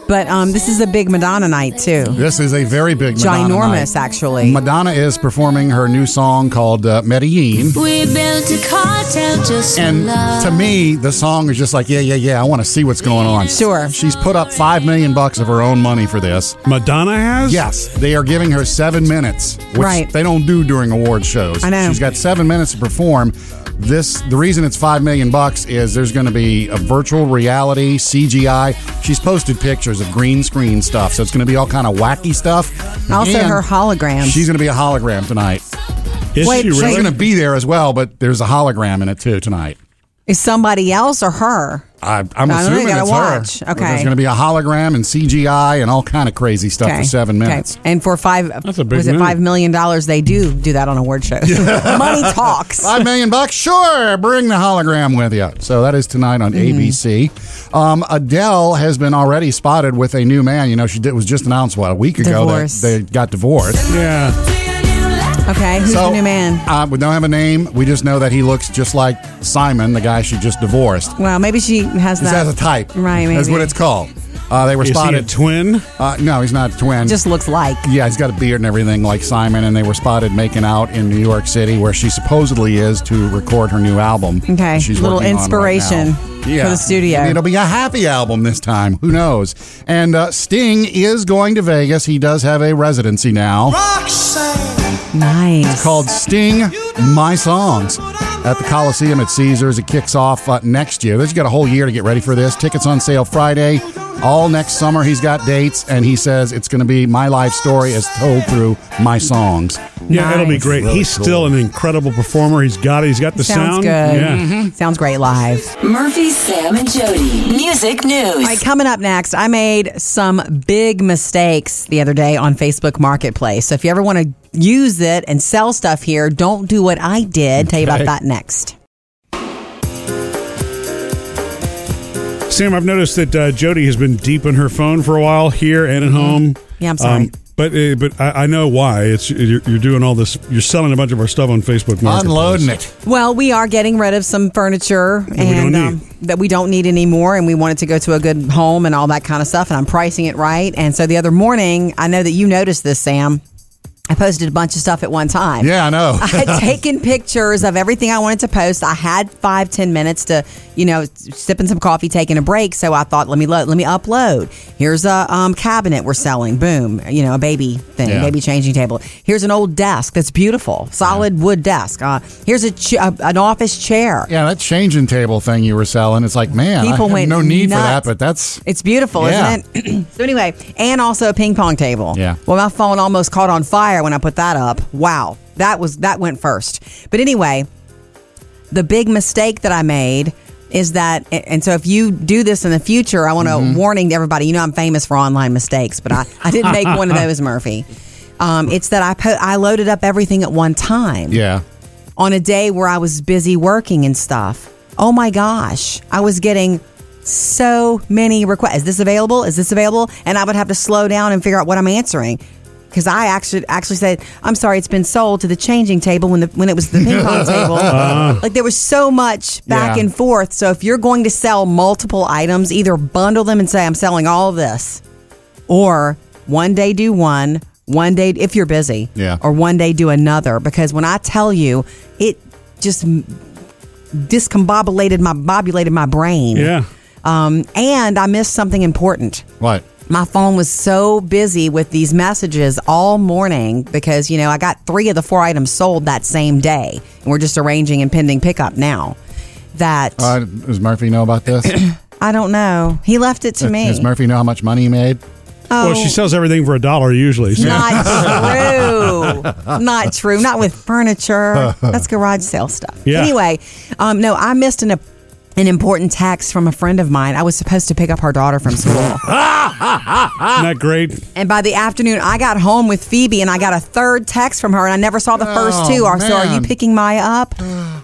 [SPEAKER 4] but um, this is a big Madonna night too.
[SPEAKER 3] This is a very big Madonna
[SPEAKER 4] Ginormous,
[SPEAKER 3] night.
[SPEAKER 4] actually.
[SPEAKER 3] Madonna is performing her new song called uh, Medellin.
[SPEAKER 13] We built a cartel just
[SPEAKER 3] And
[SPEAKER 13] for love.
[SPEAKER 3] to me, the song is just like, yeah, yeah, yeah, I want to see what's going on. Sure. She's put up 5 million bucks of her own money for this.
[SPEAKER 1] Madonna has?
[SPEAKER 3] Yes. They are giving her 7 minutes, which
[SPEAKER 4] Right.
[SPEAKER 3] they don't do during award shows.
[SPEAKER 4] I know.
[SPEAKER 3] She's got 7 minutes to perform. This the reason it's 5 million bucks is there's going to be a virtual reality CGI. She's posted pictures of green screen stuff, so it's going to be all kind of wacky stuff.
[SPEAKER 4] Also,
[SPEAKER 3] And
[SPEAKER 4] her holograms.
[SPEAKER 3] She's going to be a hologram tonight.
[SPEAKER 1] Is
[SPEAKER 4] Wait, she
[SPEAKER 3] she's
[SPEAKER 4] really?
[SPEAKER 3] going to be there as well, but there's a hologram in it too tonight.
[SPEAKER 4] Is somebody else or her?
[SPEAKER 3] I, I'm
[SPEAKER 4] I don't know, you
[SPEAKER 3] assuming
[SPEAKER 4] gotta
[SPEAKER 3] it's
[SPEAKER 4] watch.
[SPEAKER 3] her.
[SPEAKER 4] Okay.
[SPEAKER 3] There's going to be a hologram and CGI and all kind of crazy stuff for seven
[SPEAKER 4] Okay.
[SPEAKER 3] minutes.
[SPEAKER 4] And for five,
[SPEAKER 3] That's a big
[SPEAKER 4] was it
[SPEAKER 3] move.
[SPEAKER 4] five million dollars? They do do that on award shows. Money talks.
[SPEAKER 3] Five million bucks, sure. Bring the hologram with you. So that is tonight on
[SPEAKER 4] Mm-hmm.
[SPEAKER 3] ABC. Um, Adele has been already spotted with a new man. You know, she did, was just announced what a week ago that
[SPEAKER 4] Divorce.
[SPEAKER 3] they got divorced.
[SPEAKER 1] Yeah.
[SPEAKER 4] Okay, who's
[SPEAKER 3] So-
[SPEAKER 4] the new man?
[SPEAKER 3] Uh, we don't have a name. We just know that he looks just like Simon, the guy she just divorced.
[SPEAKER 4] Well, maybe she has
[SPEAKER 3] Just
[SPEAKER 4] that.
[SPEAKER 3] as a type.
[SPEAKER 4] Right, maybe.
[SPEAKER 3] That's what it's called. Uh, they were
[SPEAKER 1] Is he a
[SPEAKER 3] spotted.
[SPEAKER 1] twin?
[SPEAKER 3] Uh, no, he's not a twin.
[SPEAKER 4] Just looks like.
[SPEAKER 3] yeah, he's got a beard and everything like Simon, and they were spotted making out in New York City, where she supposedly is to record her new album.
[SPEAKER 4] Okay,
[SPEAKER 3] she's
[SPEAKER 4] little
[SPEAKER 3] working on right
[SPEAKER 4] inspiration
[SPEAKER 3] now.
[SPEAKER 4] for the studio.
[SPEAKER 3] Maybe it'll be a happy album this time. Who knows? And uh, Sting is going to Vegas. He does have a residency now.
[SPEAKER 4] Nice.
[SPEAKER 3] called Sting My Songs at the Coliseum at Caesars. It kicks off uh, next year. There's got a whole year to get ready for this. Tickets on sale Friday. All next summer, he's got dates, and he says it's going to be my life story as told through my songs.
[SPEAKER 1] Yeah, it'll be
[SPEAKER 4] Nice.
[SPEAKER 1] great.
[SPEAKER 3] Really
[SPEAKER 1] He's
[SPEAKER 3] cool.
[SPEAKER 1] still an incredible performer. He's got it. He's got the sound.
[SPEAKER 4] Sounds good. Mm-hmm.
[SPEAKER 1] Yeah.
[SPEAKER 4] Sounds great live.
[SPEAKER 5] Murphy, Sam, and Jody. Music news.
[SPEAKER 4] All right, coming up next, I made some big mistakes the other day on Facebook Marketplace. So if you ever want to use it and sell stuff here, don't do what I did. Tell you about
[SPEAKER 3] Okay.
[SPEAKER 4] that next.
[SPEAKER 1] Sam, I've noticed that uh, Jody has been deep in her phone for a while here and at home.
[SPEAKER 4] Mm-hmm. Yeah, I'm sorry.
[SPEAKER 1] but uh, but I, I know why. It's you're, you're doing all this. You're selling a bunch of our stuff on Facebook. Marketplace.
[SPEAKER 3] Unloading it.
[SPEAKER 4] Well, we are getting rid of some furniture
[SPEAKER 1] we
[SPEAKER 4] and
[SPEAKER 1] don't
[SPEAKER 4] um, that we don't need anymore, and we want it to go to a good home and all that kind of stuff. And I'm pricing it right. And so the other morning, I know that you noticed this, Sam. I posted a bunch of stuff at one time.
[SPEAKER 3] Yeah, I know.
[SPEAKER 4] I had taken pictures of everything I wanted to post. I had five, ten minutes to, you know, sipping some coffee, taking a break. So I thought, let me lo- let me upload. Here's a um, cabinet we're selling. Boom, you know, a baby thing,
[SPEAKER 12] Yeah.
[SPEAKER 4] baby changing table. Here's an old desk that's beautiful, solid wood desk. Uh, here's a, ch- a an office chair.
[SPEAKER 3] Yeah, that changing table thing you were selling. It's like, man, I
[SPEAKER 4] People
[SPEAKER 3] have
[SPEAKER 4] went
[SPEAKER 3] no need for that,
[SPEAKER 4] nuts.
[SPEAKER 3] but that's
[SPEAKER 4] It's beautiful,
[SPEAKER 3] Yeah.
[SPEAKER 4] isn't it? so anyway, and also a ping pong table.
[SPEAKER 3] Yeah.
[SPEAKER 4] Well, my phone almost caught on fire when I put that up. Wow, that was that went first. But anyway, the big mistake that I made is that, and so if you do this in the future, I want to
[SPEAKER 3] Mm-hmm.
[SPEAKER 4] warning to everybody. You know, I'm famous for online mistakes, but I I didn't make one of those, Murphy. Um, it's that I po- I loaded up everything at one time
[SPEAKER 3] yeah.
[SPEAKER 4] on a day where I was busy working and stuff. Oh my gosh, I was getting so many requests. Is this available? Is this available? And I would have to slow down and figure out what I'm answering. Because I actually actually said, "I'm sorry, it's been sold to the changing table when the when it was the ping pong table."
[SPEAKER 12] Ah.
[SPEAKER 4] Like there was so much back
[SPEAKER 12] Yeah.
[SPEAKER 4] and forth. So if you're going to sell multiple items, either bundle them and say, "I'm selling all of this," or one day do one, one day if you're busy,
[SPEAKER 12] Yeah.
[SPEAKER 4] or one day do another. Because when I tell you, it just m- discombobulated my bobulated my brain.
[SPEAKER 12] Yeah.
[SPEAKER 4] Um, and I missed something important.
[SPEAKER 3] What?
[SPEAKER 4] My phone was so busy with these messages all morning because, you know, I got three of the four items sold that same day. And we're just arranging and pending pickup now. That
[SPEAKER 3] Uh, does Murphy know about this?
[SPEAKER 4] I don't know. He left it to me.
[SPEAKER 3] Does Murphy know how much money he made?
[SPEAKER 4] Oh. Well, she
[SPEAKER 1] sells everything for a dollar usually.
[SPEAKER 4] Not true. Not true. Not with furniture. That's garage sale stuff.
[SPEAKER 1] Yeah.
[SPEAKER 4] Anyway, um, no, I missed an an important text from a friend of mine. I was supposed to pick up her daughter from school.
[SPEAKER 3] Ah.
[SPEAKER 1] Isn't that great?
[SPEAKER 4] And by the afternoon, I got home with Phoebe and I got a third text from her, and I never saw the first
[SPEAKER 12] Oh,
[SPEAKER 4] two. Or, so, are you
[SPEAKER 12] man.
[SPEAKER 4] picking Maya up?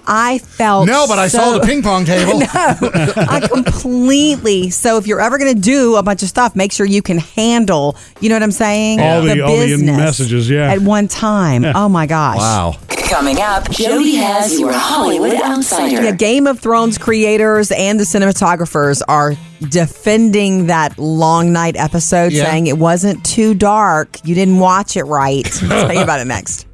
[SPEAKER 4] I felt
[SPEAKER 3] No, but I
[SPEAKER 4] Oh, so-
[SPEAKER 3] saw the ping pong table.
[SPEAKER 4] no, I completely. So, if you're ever going to do a bunch of stuff, make sure you can handle. You know what I'm saying?
[SPEAKER 1] All the, all the
[SPEAKER 4] business
[SPEAKER 1] messages, yeah.
[SPEAKER 4] at one time. Oh my gosh!
[SPEAKER 1] Wow.
[SPEAKER 5] Coming up, Jody has your Hollywood
[SPEAKER 4] Yeah,
[SPEAKER 5] Outsider.
[SPEAKER 4] Game of Thrones creators and the cinematographers are defending that long night episode,
[SPEAKER 5] Yeah.
[SPEAKER 4] saying it wasn't too dark. You didn't watch it right. I'll tell you about it next.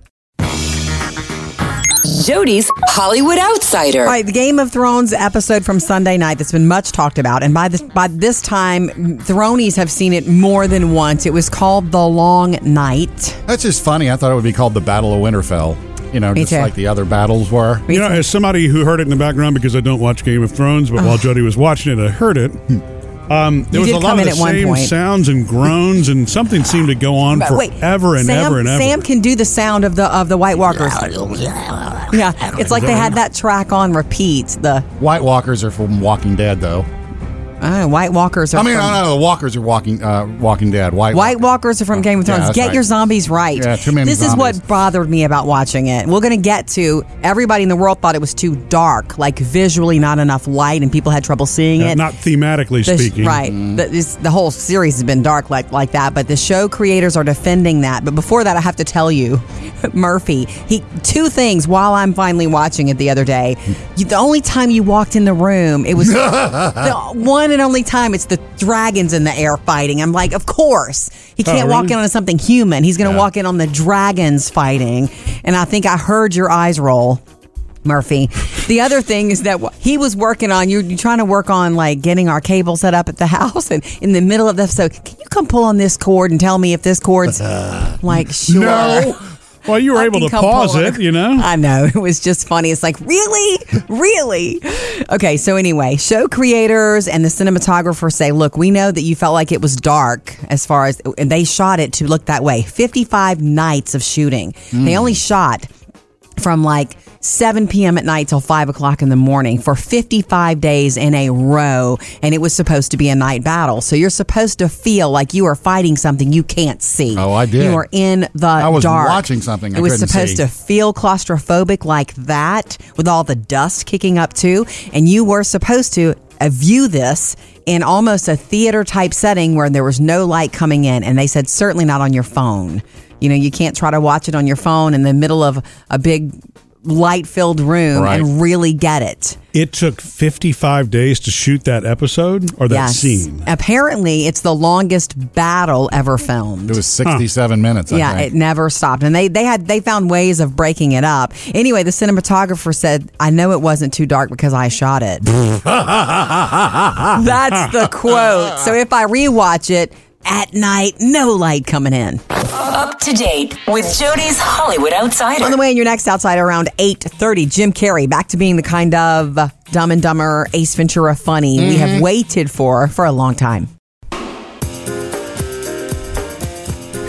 [SPEAKER 5] Jody's Hollywood Outsider.
[SPEAKER 4] All right, the Game of Thrones episode from Sunday night that's been much talked about, and by this by this time, Thronies have seen it more than once. It was called The Long Night.
[SPEAKER 3] That's just funny. I thought it would be called the Battle of Winterfell. You know,
[SPEAKER 4] Me
[SPEAKER 3] just
[SPEAKER 4] too.
[SPEAKER 3] like the other battles were.
[SPEAKER 1] You know, as somebody who heard it in the background because I don't watch Game of Thrones, but while
[SPEAKER 4] Ugh.
[SPEAKER 1] Jody was watching it, I heard it.
[SPEAKER 3] Hmm.
[SPEAKER 1] Um, there
[SPEAKER 4] You
[SPEAKER 1] was
[SPEAKER 4] did
[SPEAKER 1] a lot
[SPEAKER 4] come
[SPEAKER 1] of
[SPEAKER 4] in
[SPEAKER 1] the
[SPEAKER 4] at one
[SPEAKER 1] same
[SPEAKER 4] point.
[SPEAKER 1] sounds and groans, and something seemed to go on
[SPEAKER 4] But wait,
[SPEAKER 1] forever and
[SPEAKER 4] Sam,
[SPEAKER 1] ever and ever.
[SPEAKER 4] Sam can do the sound of the of the White Walkers. Yeah, it's like they had that track on repeat. The
[SPEAKER 3] White Walkers are from Walking Dead, though.
[SPEAKER 4] oh, White Walkers are.
[SPEAKER 3] I mean,
[SPEAKER 4] from-
[SPEAKER 3] no, no, the Walkers are Walking uh, Walking Dead. White.
[SPEAKER 4] White Walkers are from Game of
[SPEAKER 3] Yeah,
[SPEAKER 4] Thrones.
[SPEAKER 3] that's
[SPEAKER 4] get
[SPEAKER 3] right.
[SPEAKER 4] your zombies right.
[SPEAKER 3] Yeah, too many
[SPEAKER 4] This
[SPEAKER 3] zombies.
[SPEAKER 4] is what bothered me about watching it. We're going to get to everybody in the world thought it was too dark, like visually not enough light, and people had trouble seeing
[SPEAKER 1] Yeah,
[SPEAKER 4] it.
[SPEAKER 1] Not thematically
[SPEAKER 4] The sh-
[SPEAKER 1] speaking.
[SPEAKER 4] right. The, this, the whole series has been dark like like that, but the show creators are defending that. But before that, I have to tell you, Murphy, he two things while I'm finally watching it the other day. You, the only time you walked in the room, it was the one and only time it's the dragons in the air fighting. I'm like, of course. He
[SPEAKER 12] Oh,
[SPEAKER 4] can't walk
[SPEAKER 12] really?
[SPEAKER 4] in on something human. He's going to
[SPEAKER 12] Yeah.
[SPEAKER 4] walk in on the dragons fighting. And I think I heard your eyes roll. Murphy. The other thing is that wh- he was working on you. You're trying to work on like getting our cable set up at the house, and in the middle of the episode, can you come pull on this cord and tell me if this cord's like sure?
[SPEAKER 1] No. Well, you were
[SPEAKER 4] I
[SPEAKER 1] able
[SPEAKER 4] can
[SPEAKER 1] to
[SPEAKER 4] come pull
[SPEAKER 1] pause
[SPEAKER 4] on
[SPEAKER 1] it, you know?
[SPEAKER 4] I know. It was just funny. It's like, really? Really? Okay, so anyway, show creators and the cinematographer say, look, we know that you felt like it was dark as far as, and they shot it to look that way. 55 nights of shooting. They
[SPEAKER 3] Hmm.
[SPEAKER 4] only shot from like 7 p.m. at night till 5 o'clock in the morning for 55 days in a row. And it was supposed to be a night battle. So you're supposed to feel like you are fighting something you can't see.
[SPEAKER 3] Oh, I did.
[SPEAKER 4] You are in the
[SPEAKER 3] I was
[SPEAKER 4] dark.
[SPEAKER 3] watching something I
[SPEAKER 4] It was
[SPEAKER 3] couldn't
[SPEAKER 4] supposed
[SPEAKER 3] see.
[SPEAKER 4] to feel claustrophobic like that with all the dust kicking up too. And you were supposed to uh, view this in almost a theater type setting where there was no light coming in. And they said, certainly not on your phone. You know, you can't try to watch it on your phone in the middle of a big light filled room
[SPEAKER 1] Right.
[SPEAKER 4] and really get it.
[SPEAKER 1] It took 55 days to shoot that episode or that
[SPEAKER 4] Yes.
[SPEAKER 1] scene.
[SPEAKER 4] Apparently, it's the longest battle ever filmed.
[SPEAKER 3] It was 67 minutes, I
[SPEAKER 4] yeah,
[SPEAKER 3] think.
[SPEAKER 4] it never stopped, and they they had they found ways of breaking it up. Anyway, the cinematographer said, "I know it wasn't too dark because I shot it." That's the quote. So if I rewatch it at night, no light coming in.
[SPEAKER 5] Up to date with Jody's Hollywood Outsider.
[SPEAKER 4] On the way in your next outside around 8:30, Jim Carrey back to being the kind of dumb and dumber Ace Ventura funny we
[SPEAKER 3] Mm-hmm.
[SPEAKER 4] have waited for for a long time.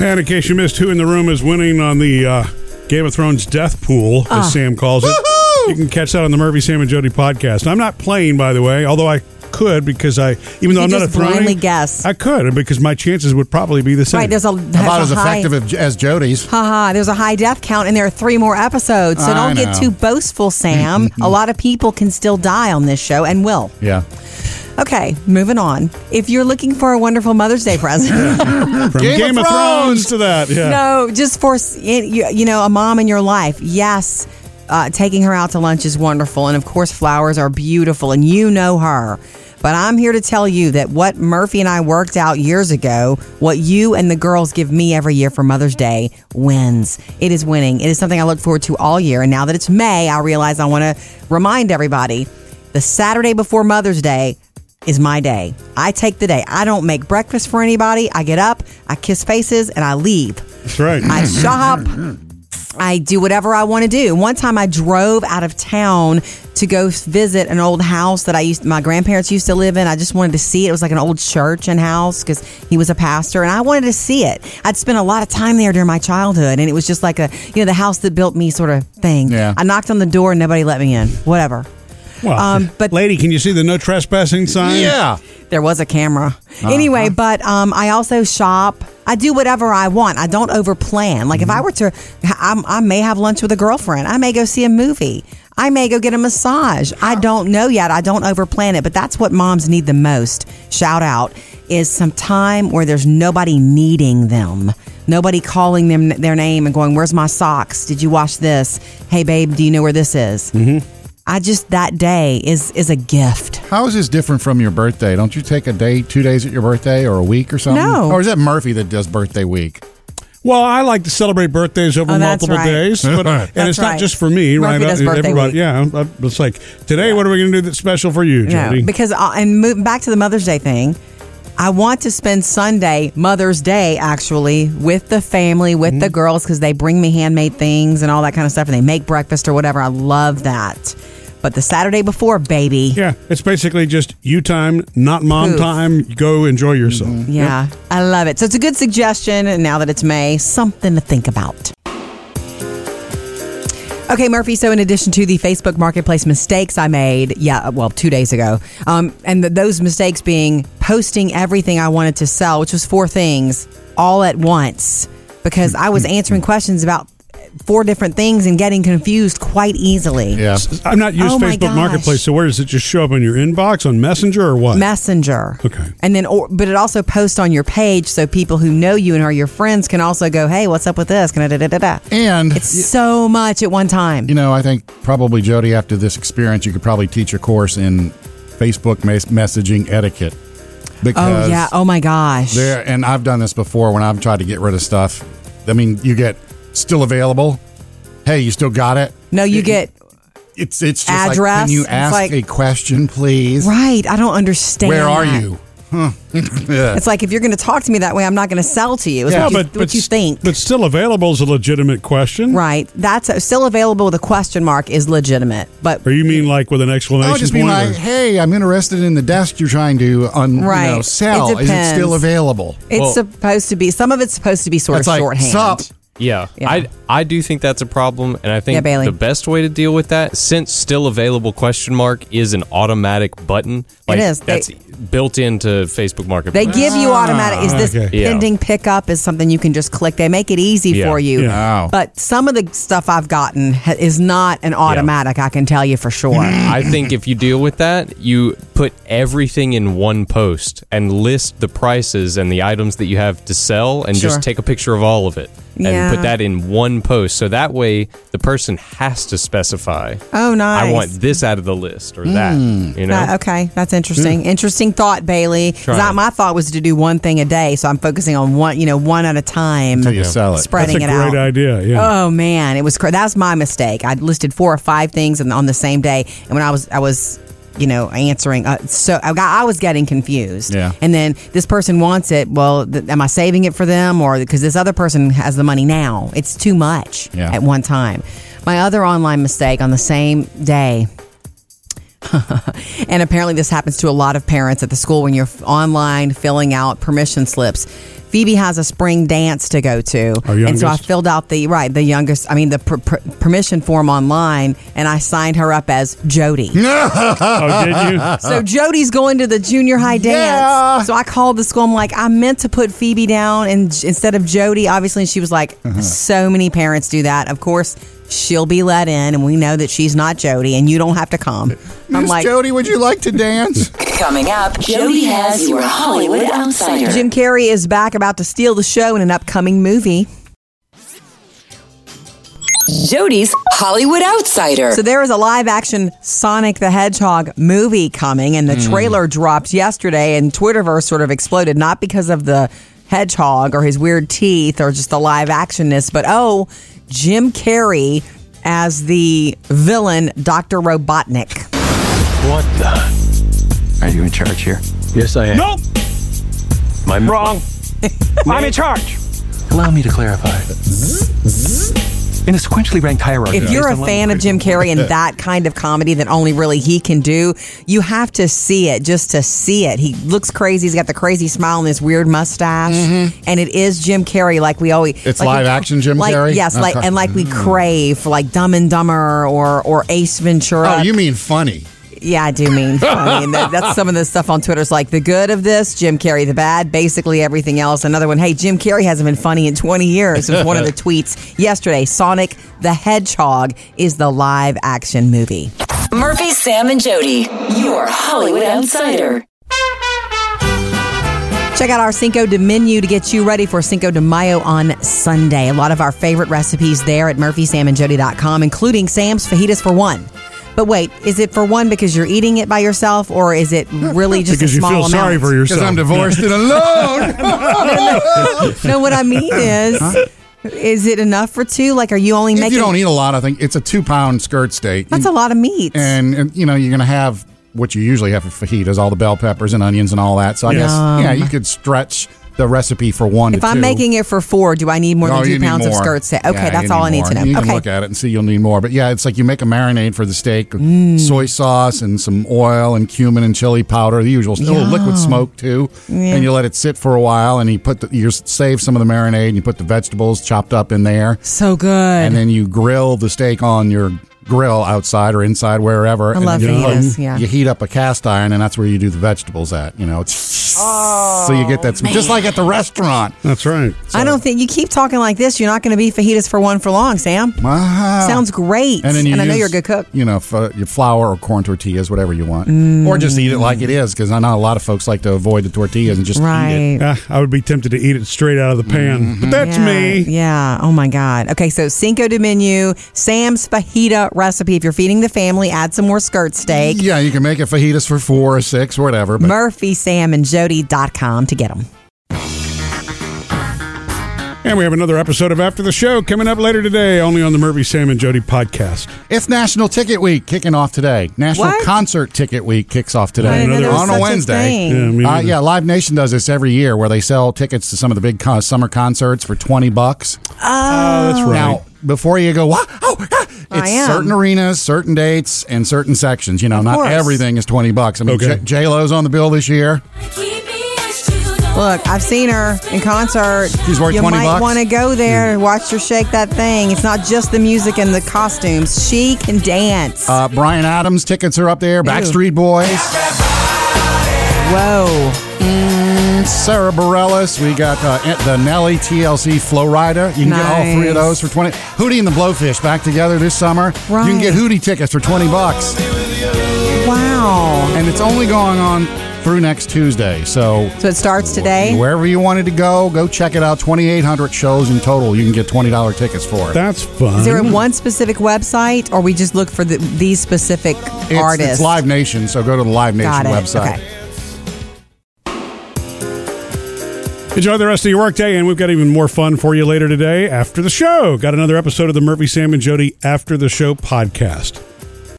[SPEAKER 1] And in case you missed, who in the room is winning on the uh, Game of Thrones death pool, as
[SPEAKER 4] Ah.
[SPEAKER 1] Sam calls it? You can catch that on the Murphy, Sam, and Jody podcast. I'm not playing, by the way, although I could because I, even though
[SPEAKER 4] You
[SPEAKER 1] I'm not a
[SPEAKER 4] just blindly
[SPEAKER 1] throwing,
[SPEAKER 4] guess.
[SPEAKER 1] I could because my chances would probably be the same.
[SPEAKER 4] Right, there's a there's
[SPEAKER 3] About
[SPEAKER 4] a
[SPEAKER 3] as
[SPEAKER 4] high,
[SPEAKER 3] effective of- as Jody's.
[SPEAKER 4] Haha, there's a high death count, and there are three more episodes. So
[SPEAKER 3] I
[SPEAKER 4] don't get
[SPEAKER 3] know.
[SPEAKER 4] too boastful, Sam. a lot of people can still die on this show and will.
[SPEAKER 3] Yeah.
[SPEAKER 4] Okay, moving on. If you're looking for a wonderful Mother's Day present,
[SPEAKER 1] From
[SPEAKER 3] Game
[SPEAKER 1] Game,
[SPEAKER 3] of
[SPEAKER 1] of, Thrones. to that. Yeah.
[SPEAKER 4] no, just for s- you you know a mom in your life. Yes, uh, taking her out to lunch is wonderful, and of course flowers are beautiful, and you know her. But I'm here to tell you that what Murphy and I worked out years ago, what you and the girls give me every year for Mother's Day, wins. It is winning. It is something I look forward to all year. And now that it's May, I realize I want to remind everybody the Saturday before Mother's Day, is my day. I take the day. I don't make breakfast for anybody. I get up, I kiss faces, and I leave.
[SPEAKER 1] That's right.
[SPEAKER 4] I shop. I do whatever I want to do. One time I drove out of town to go visit an old house that I used my grandparents used to live in. I just wanted to see it. It was like an old church and house cuz he was a pastor and I wanted to see it. I'd spent a lot of time there during my childhood and it was just like a, you know, the house that built me sort of thing.
[SPEAKER 1] Yeah.
[SPEAKER 4] I knocked on the door and nobody let me in. Whatever.
[SPEAKER 1] Well,
[SPEAKER 4] Um,
[SPEAKER 1] but lady, can you see the no trespassing sign?
[SPEAKER 3] Yeah.
[SPEAKER 4] There was a camera. Anyway, but um, I also shop. I do whatever I want. I don't overplan. Like if I were to, I'm, I may have lunch with a girlfriend. I may go see a movie. I may go get a massage. I don't know yet. I don't overplan it, but that's what moms need the most. Shout out is some time where there's nobody needing them. Nobody calling them their name and going, "Where's my socks? Did you wash this? Hey babe, do you know where this is?" Mm-hmm. I just that day is is a gift.
[SPEAKER 3] How is this different from your birthday? Don't you take a day, two days at your birthday, or a week or something?
[SPEAKER 4] No.
[SPEAKER 3] Or is that Murphy that does birthday week?
[SPEAKER 1] Well, I like to celebrate birthdays over
[SPEAKER 4] Oh, that's
[SPEAKER 1] multiple
[SPEAKER 4] right.
[SPEAKER 1] days, but,
[SPEAKER 3] That's
[SPEAKER 1] and it's not
[SPEAKER 4] right.
[SPEAKER 1] just for me,
[SPEAKER 4] Murphy
[SPEAKER 1] right? Uh,
[SPEAKER 4] does birthday
[SPEAKER 1] Everybody,
[SPEAKER 4] week.
[SPEAKER 1] yeah. I'm- I'm- It's like today, what are we going to do that's special for you,
[SPEAKER 4] No,
[SPEAKER 1] Jody?
[SPEAKER 4] because uh, and move back to the Mother's Day thing. I want to spend Sunday, Mother's Day, actually, with the family, with
[SPEAKER 1] Mm-hmm.
[SPEAKER 4] the girls, because they bring me handmade things and all that kind of stuff, and they make breakfast or whatever. I love that. But the Saturday before, baby,
[SPEAKER 1] Yeah, it's basically just you time, not mom
[SPEAKER 4] Poof. Mm-hmm.
[SPEAKER 1] time. Go enjoy yourself.
[SPEAKER 4] yeah, I love it. So it's a good suggestion. And now that it's May, something to think about. Okay, Murphy. So, in addition to the Facebook Marketplace mistakes I made, yeah, well, two days ago, um, and th- those mistakes being posting everything I wanted to sell, which was four things, all at once, because I was answering questions about four different things and getting confused quite easily.
[SPEAKER 3] Yeah.
[SPEAKER 1] I'm not used
[SPEAKER 4] Oh my
[SPEAKER 1] Facebook Marketplace,
[SPEAKER 4] gosh.
[SPEAKER 1] so where does it just show up on your inbox on Messenger or what?
[SPEAKER 4] Messenger.
[SPEAKER 1] Okay.
[SPEAKER 4] And then, or, but it also posts on your page so people who know you and are your friends can also go, hey, what's up with this? Can I da da da da?
[SPEAKER 3] And
[SPEAKER 4] It's so much at one time.
[SPEAKER 3] You know, I think probably Jody, after this experience, you could probably teach a course in Facebook mes- messaging etiquette. Because
[SPEAKER 4] Oh, yeah. Oh, my gosh.
[SPEAKER 3] there, and I've done this before when I've tried to get rid of stuff. I mean, you get still available. Hey, you still got it?
[SPEAKER 4] No, you get,
[SPEAKER 3] It's it's just like,
[SPEAKER 4] Address,
[SPEAKER 3] can you
[SPEAKER 4] it's
[SPEAKER 3] ask
[SPEAKER 4] like-
[SPEAKER 3] a question, please?
[SPEAKER 4] right. I don't understand.
[SPEAKER 3] Where are
[SPEAKER 4] that.
[SPEAKER 3] you? Huh. Yeah.
[SPEAKER 4] It's like if you're going to talk to me that way, I'm not going to sell to you. Is
[SPEAKER 3] Yeah.
[SPEAKER 4] what, you,
[SPEAKER 1] but,
[SPEAKER 4] what
[SPEAKER 1] but
[SPEAKER 4] you
[SPEAKER 1] s-
[SPEAKER 4] think.
[SPEAKER 1] But still available is a legitimate question.
[SPEAKER 4] right. That's still available with a question mark is legitimate. But
[SPEAKER 1] Or you mean like with an exclamation
[SPEAKER 3] I'll Oh, just be
[SPEAKER 1] point?
[SPEAKER 3] like,
[SPEAKER 1] or-
[SPEAKER 3] hey, I'm interested in the desk you're trying to un- you know,
[SPEAKER 4] Right.
[SPEAKER 3] sell.
[SPEAKER 4] It
[SPEAKER 3] Is it still
[SPEAKER 4] depends.
[SPEAKER 3] available?
[SPEAKER 4] it's
[SPEAKER 6] Well-
[SPEAKER 4] supposed to be, some of it's supposed to be sort
[SPEAKER 3] It's
[SPEAKER 4] of
[SPEAKER 3] like,
[SPEAKER 4] shorthand.
[SPEAKER 3] sup?
[SPEAKER 6] Yeah,
[SPEAKER 4] Yeah.
[SPEAKER 6] I I do think that's a problem, and I think
[SPEAKER 4] Yeah, Bailey.
[SPEAKER 6] the best way to deal with that, since still available question mark is an automatic button.
[SPEAKER 4] is. They-
[SPEAKER 6] That's built into Facebook
[SPEAKER 4] They
[SPEAKER 6] Marketplace.
[SPEAKER 4] give you automatic. Is this
[SPEAKER 1] okay.
[SPEAKER 6] Yeah.
[SPEAKER 4] pending pickup? Is something you can just click? They make it easy
[SPEAKER 6] Yeah.
[SPEAKER 4] for you.
[SPEAKER 3] Yeah. Wow.
[SPEAKER 4] But some of the stuff I've gotten ha- is not an automatic. I can tell you for sure.
[SPEAKER 6] I think if you deal with that, you put everything in one post and list the prices and the items that you have to sell, and
[SPEAKER 4] Sure.
[SPEAKER 6] just take a picture of all of it.
[SPEAKER 4] Yeah.
[SPEAKER 6] and put that in one post. So that way the person has to specify.
[SPEAKER 4] Oh, nice.
[SPEAKER 6] I want this out of the list or
[SPEAKER 4] Mm.
[SPEAKER 6] that. You know.
[SPEAKER 4] That- okay, that's
[SPEAKER 3] Hmm.
[SPEAKER 4] interesting. Interesting thought, Bailey. 'Cause
[SPEAKER 6] Try
[SPEAKER 4] I-
[SPEAKER 6] it.
[SPEAKER 4] my thought was to do one thing a day, so I'm focusing on one, you know, one at a time.
[SPEAKER 3] Until you sell it.
[SPEAKER 4] spreading
[SPEAKER 3] That's a
[SPEAKER 4] it out.
[SPEAKER 3] great idea, yeah.
[SPEAKER 4] Oh man, it was cra- that's my mistake. I listed four or five things and on the same day, and when I was I was. You know, answering. Uh, so I got, I was getting confused.
[SPEAKER 3] Yeah.
[SPEAKER 4] And then this person wants it. Well, th- am I saving it for them or because this other person has the money now? It's too much
[SPEAKER 3] Yeah.
[SPEAKER 4] at one time. My other online mistake on the same day and apparently, this happens to a lot of parents at the school when you're f- online filling out permission slips. Phoebe has a spring dance to go to,
[SPEAKER 12] Our
[SPEAKER 4] and so I
[SPEAKER 12] youngest.
[SPEAKER 4] filled out the right the youngest. I mean, the per- per- permission form online, and I signed her up as Jody.
[SPEAKER 3] Oh, did you?
[SPEAKER 4] So Jody's going to the junior high dance. So I called the school. I'm like, I meant to put Phoebe down and j- instead of Jody, obviously. And she was like,
[SPEAKER 12] Uh-huh.
[SPEAKER 4] so many parents do that. Of course, she'll be let in, and we know that she's not Jody, and you don't have to come. I'm
[SPEAKER 3] Miss
[SPEAKER 4] like,
[SPEAKER 3] Jody, would you like to dance?
[SPEAKER 5] Coming up, Jody has your Hollywood Outsider.
[SPEAKER 4] Jim Carrey is back about to steal the show in an upcoming movie.
[SPEAKER 5] Jody's Hollywood Outsider.
[SPEAKER 4] So there is a live action Sonic the Hedgehog movie coming and the
[SPEAKER 5] Mm.
[SPEAKER 4] trailer dropped yesterday and Twitterverse sort of exploded not because of the hedgehog or his weird teeth or just the live actionness but oh Jim Carrey as the villain Dr. Robotnik.
[SPEAKER 7] What the?
[SPEAKER 8] Are you in charge here?
[SPEAKER 7] Yes, I am.
[SPEAKER 8] Nope.
[SPEAKER 7] My wrong. I'm in charge.
[SPEAKER 8] Allow me to clarify. In a sequentially ranked hierarchy.
[SPEAKER 4] If you're a fan of Jim Carrey and that kind of comedy that only really he can do, you have to see it just to see it. He looks crazy. He's got the crazy smile and this weird mustache, and it is Jim Carrey. Like we always,
[SPEAKER 3] Mm-hmm. It's
[SPEAKER 4] like we-
[SPEAKER 3] live action Jim
[SPEAKER 4] like,
[SPEAKER 3] Carrey?
[SPEAKER 4] Yes, like
[SPEAKER 3] Okay. Mm.
[SPEAKER 4] and like we crave for like Dumb and Dumber or or Ace Ventura.
[SPEAKER 3] Oh, you mean funny?
[SPEAKER 4] Yeah, I do mean funny. And that, that's some of the stuff on Twitter's like the good of this, Jim Carrey, the bad, basically everything else. Another one, hey, Jim Carrey hasn't been funny in 20 years, was one of the tweets yesterday. Sonic the Hedgehog is the live action movie.
[SPEAKER 5] Murphy, Sam, and Jody, your Hollywood Outsider.
[SPEAKER 4] Check out our Cinco de menu to get you ready for Cinco de Mayo on Sunday. A lot of our favorite recipes there at murphysamandjody.com, including Sam's Fajitas for One. But wait, is it for one because you're eating it by yourself, or is it really just
[SPEAKER 1] Because
[SPEAKER 4] a
[SPEAKER 1] you
[SPEAKER 4] small
[SPEAKER 1] feel
[SPEAKER 4] amount?
[SPEAKER 1] sorry for yourself. 'Cause I'm divorced and
[SPEAKER 3] alone.
[SPEAKER 4] no, what I mean is, is it enough for two? Like, are you only
[SPEAKER 3] If
[SPEAKER 4] making?
[SPEAKER 3] you don't eat a lot, I think it's a two pound skirt steak.
[SPEAKER 4] That's a lot of meat.
[SPEAKER 3] And, and, you know, you're going to have what you usually have for fajitas, all the bell peppers and onions and all that. So I
[SPEAKER 4] Yes.
[SPEAKER 3] guess,
[SPEAKER 4] Yum.
[SPEAKER 3] yeah, you could stretch the recipe for one
[SPEAKER 4] if
[SPEAKER 3] to
[SPEAKER 4] I'm
[SPEAKER 3] two.
[SPEAKER 4] making it for four, do I need more
[SPEAKER 3] No,
[SPEAKER 4] than
[SPEAKER 3] you
[SPEAKER 4] two
[SPEAKER 3] need
[SPEAKER 4] pounds of
[SPEAKER 3] more.
[SPEAKER 4] skirt set? Okay,
[SPEAKER 3] Yeah,
[SPEAKER 4] that's
[SPEAKER 3] you
[SPEAKER 4] all
[SPEAKER 3] need
[SPEAKER 4] I need
[SPEAKER 3] more.
[SPEAKER 4] to know.
[SPEAKER 3] You
[SPEAKER 4] okay,
[SPEAKER 3] can look at it and see you'll need more. But yeah, it's like you make a marinade for the steak,
[SPEAKER 4] Mm.
[SPEAKER 3] soy sauce and some oil and cumin and chili powder, the usual stuff. A little liquid
[SPEAKER 14] Yum.
[SPEAKER 3] smoke too,
[SPEAKER 14] Yeah.
[SPEAKER 3] and you let it sit for a while. And you put the, you save some of the marinade and you put the vegetables chopped up in there.
[SPEAKER 4] So good. And
[SPEAKER 3] then you grill the steak on your grill outside or inside wherever.
[SPEAKER 4] I
[SPEAKER 3] and
[SPEAKER 4] love
[SPEAKER 3] then you,
[SPEAKER 4] fajitas, yeah.
[SPEAKER 3] you heat up a cast iron, and that's where you do the vegetables at. You know, it's so you get that sm- just like at the restaurant.
[SPEAKER 1] That's right.
[SPEAKER 4] I don't think you keep talking like this. You're not going to be fajitas for one for long, Sam.
[SPEAKER 3] Wow.
[SPEAKER 4] Sounds great.
[SPEAKER 3] And then you
[SPEAKER 4] I know
[SPEAKER 3] use,
[SPEAKER 4] you're a good cook.
[SPEAKER 3] You know, f- uh, your flour or corn tortillas, whatever you want, or just eat it like it is. Because I know a lot of folks like to avoid the tortillas and just eat it.
[SPEAKER 1] Ah, I would be tempted to eat it straight out of the pan,
[SPEAKER 3] Mm-hmm.
[SPEAKER 1] but that's
[SPEAKER 4] yeah,
[SPEAKER 1] me.
[SPEAKER 4] Yeah. Oh my God. Okay. So Cinco de Menu, Sam's fajita recipe. If you're feeding the family, add some more skirt steak.
[SPEAKER 3] Yeah, you can make it fajitas for four or six, or whatever. But
[SPEAKER 4] MurphySamandJody.com to get them.
[SPEAKER 1] And we have another episode of After the Show coming up later today, only on the Murphy, Sam, and Jody podcast.
[SPEAKER 3] it's National Ticket Week kicking off today. National
[SPEAKER 1] What?
[SPEAKER 3] Concert Ticket Week kicks off
[SPEAKER 1] I
[SPEAKER 3] today
[SPEAKER 1] didn't know there was
[SPEAKER 3] on a
[SPEAKER 1] such a
[SPEAKER 3] Wednesday.
[SPEAKER 1] thing. Yeah, me
[SPEAKER 3] uh,
[SPEAKER 1] neither.
[SPEAKER 3] yeah, Live Nation does this every year, where they sell tickets to some of the big con- summer concerts for twenty bucks.
[SPEAKER 1] Oh, that's right.
[SPEAKER 3] Now, before you go, wow, oh, ah,"
[SPEAKER 1] I
[SPEAKER 3] it's
[SPEAKER 1] am.
[SPEAKER 3] certain arenas, certain dates, and certain sections. You know, not
[SPEAKER 4] course.
[SPEAKER 3] everything is twenty bucks. I mean,
[SPEAKER 1] Okay.
[SPEAKER 3] J Lo's on the bill this year.
[SPEAKER 4] Look, I've seen her in concert.
[SPEAKER 3] She's worth
[SPEAKER 4] you
[SPEAKER 3] 20
[SPEAKER 4] might
[SPEAKER 3] bucks.
[SPEAKER 4] want to go there and watch her shake that thing. It's not just the music and the costumes. She can dance.
[SPEAKER 3] Uh, Brian Adams tickets are up there. Backstreet Boys.
[SPEAKER 4] Whoa.
[SPEAKER 3] Sarah Bareilles. We got uh, Aunt- the Nelly TLC Flow Rider. You can get all three of
[SPEAKER 4] Nice.
[SPEAKER 3] those for twenty. Hootie and the Blowfish back together this summer. You can
[SPEAKER 4] Right.
[SPEAKER 3] get Hootie tickets for twenty bucks.
[SPEAKER 4] Wow.
[SPEAKER 3] And it's only going on through next Tuesday. So
[SPEAKER 4] So it starts today.
[SPEAKER 3] wherever you wanted to go, go check it out. 2,800 shows in total. You can get $20 tickets for it.
[SPEAKER 1] That's fun.
[SPEAKER 4] Is there one specific website, or we just look for the, these specific
[SPEAKER 3] it's,
[SPEAKER 4] artists?
[SPEAKER 3] it's Live Nation, so go to the Live Nation
[SPEAKER 4] Got it.
[SPEAKER 3] website.
[SPEAKER 4] Okay.
[SPEAKER 1] Enjoy the rest of your workday, and we've got even more fun for you later today after the show. Got another episode of the Murphy, Sam, and Jody After the Show podcast.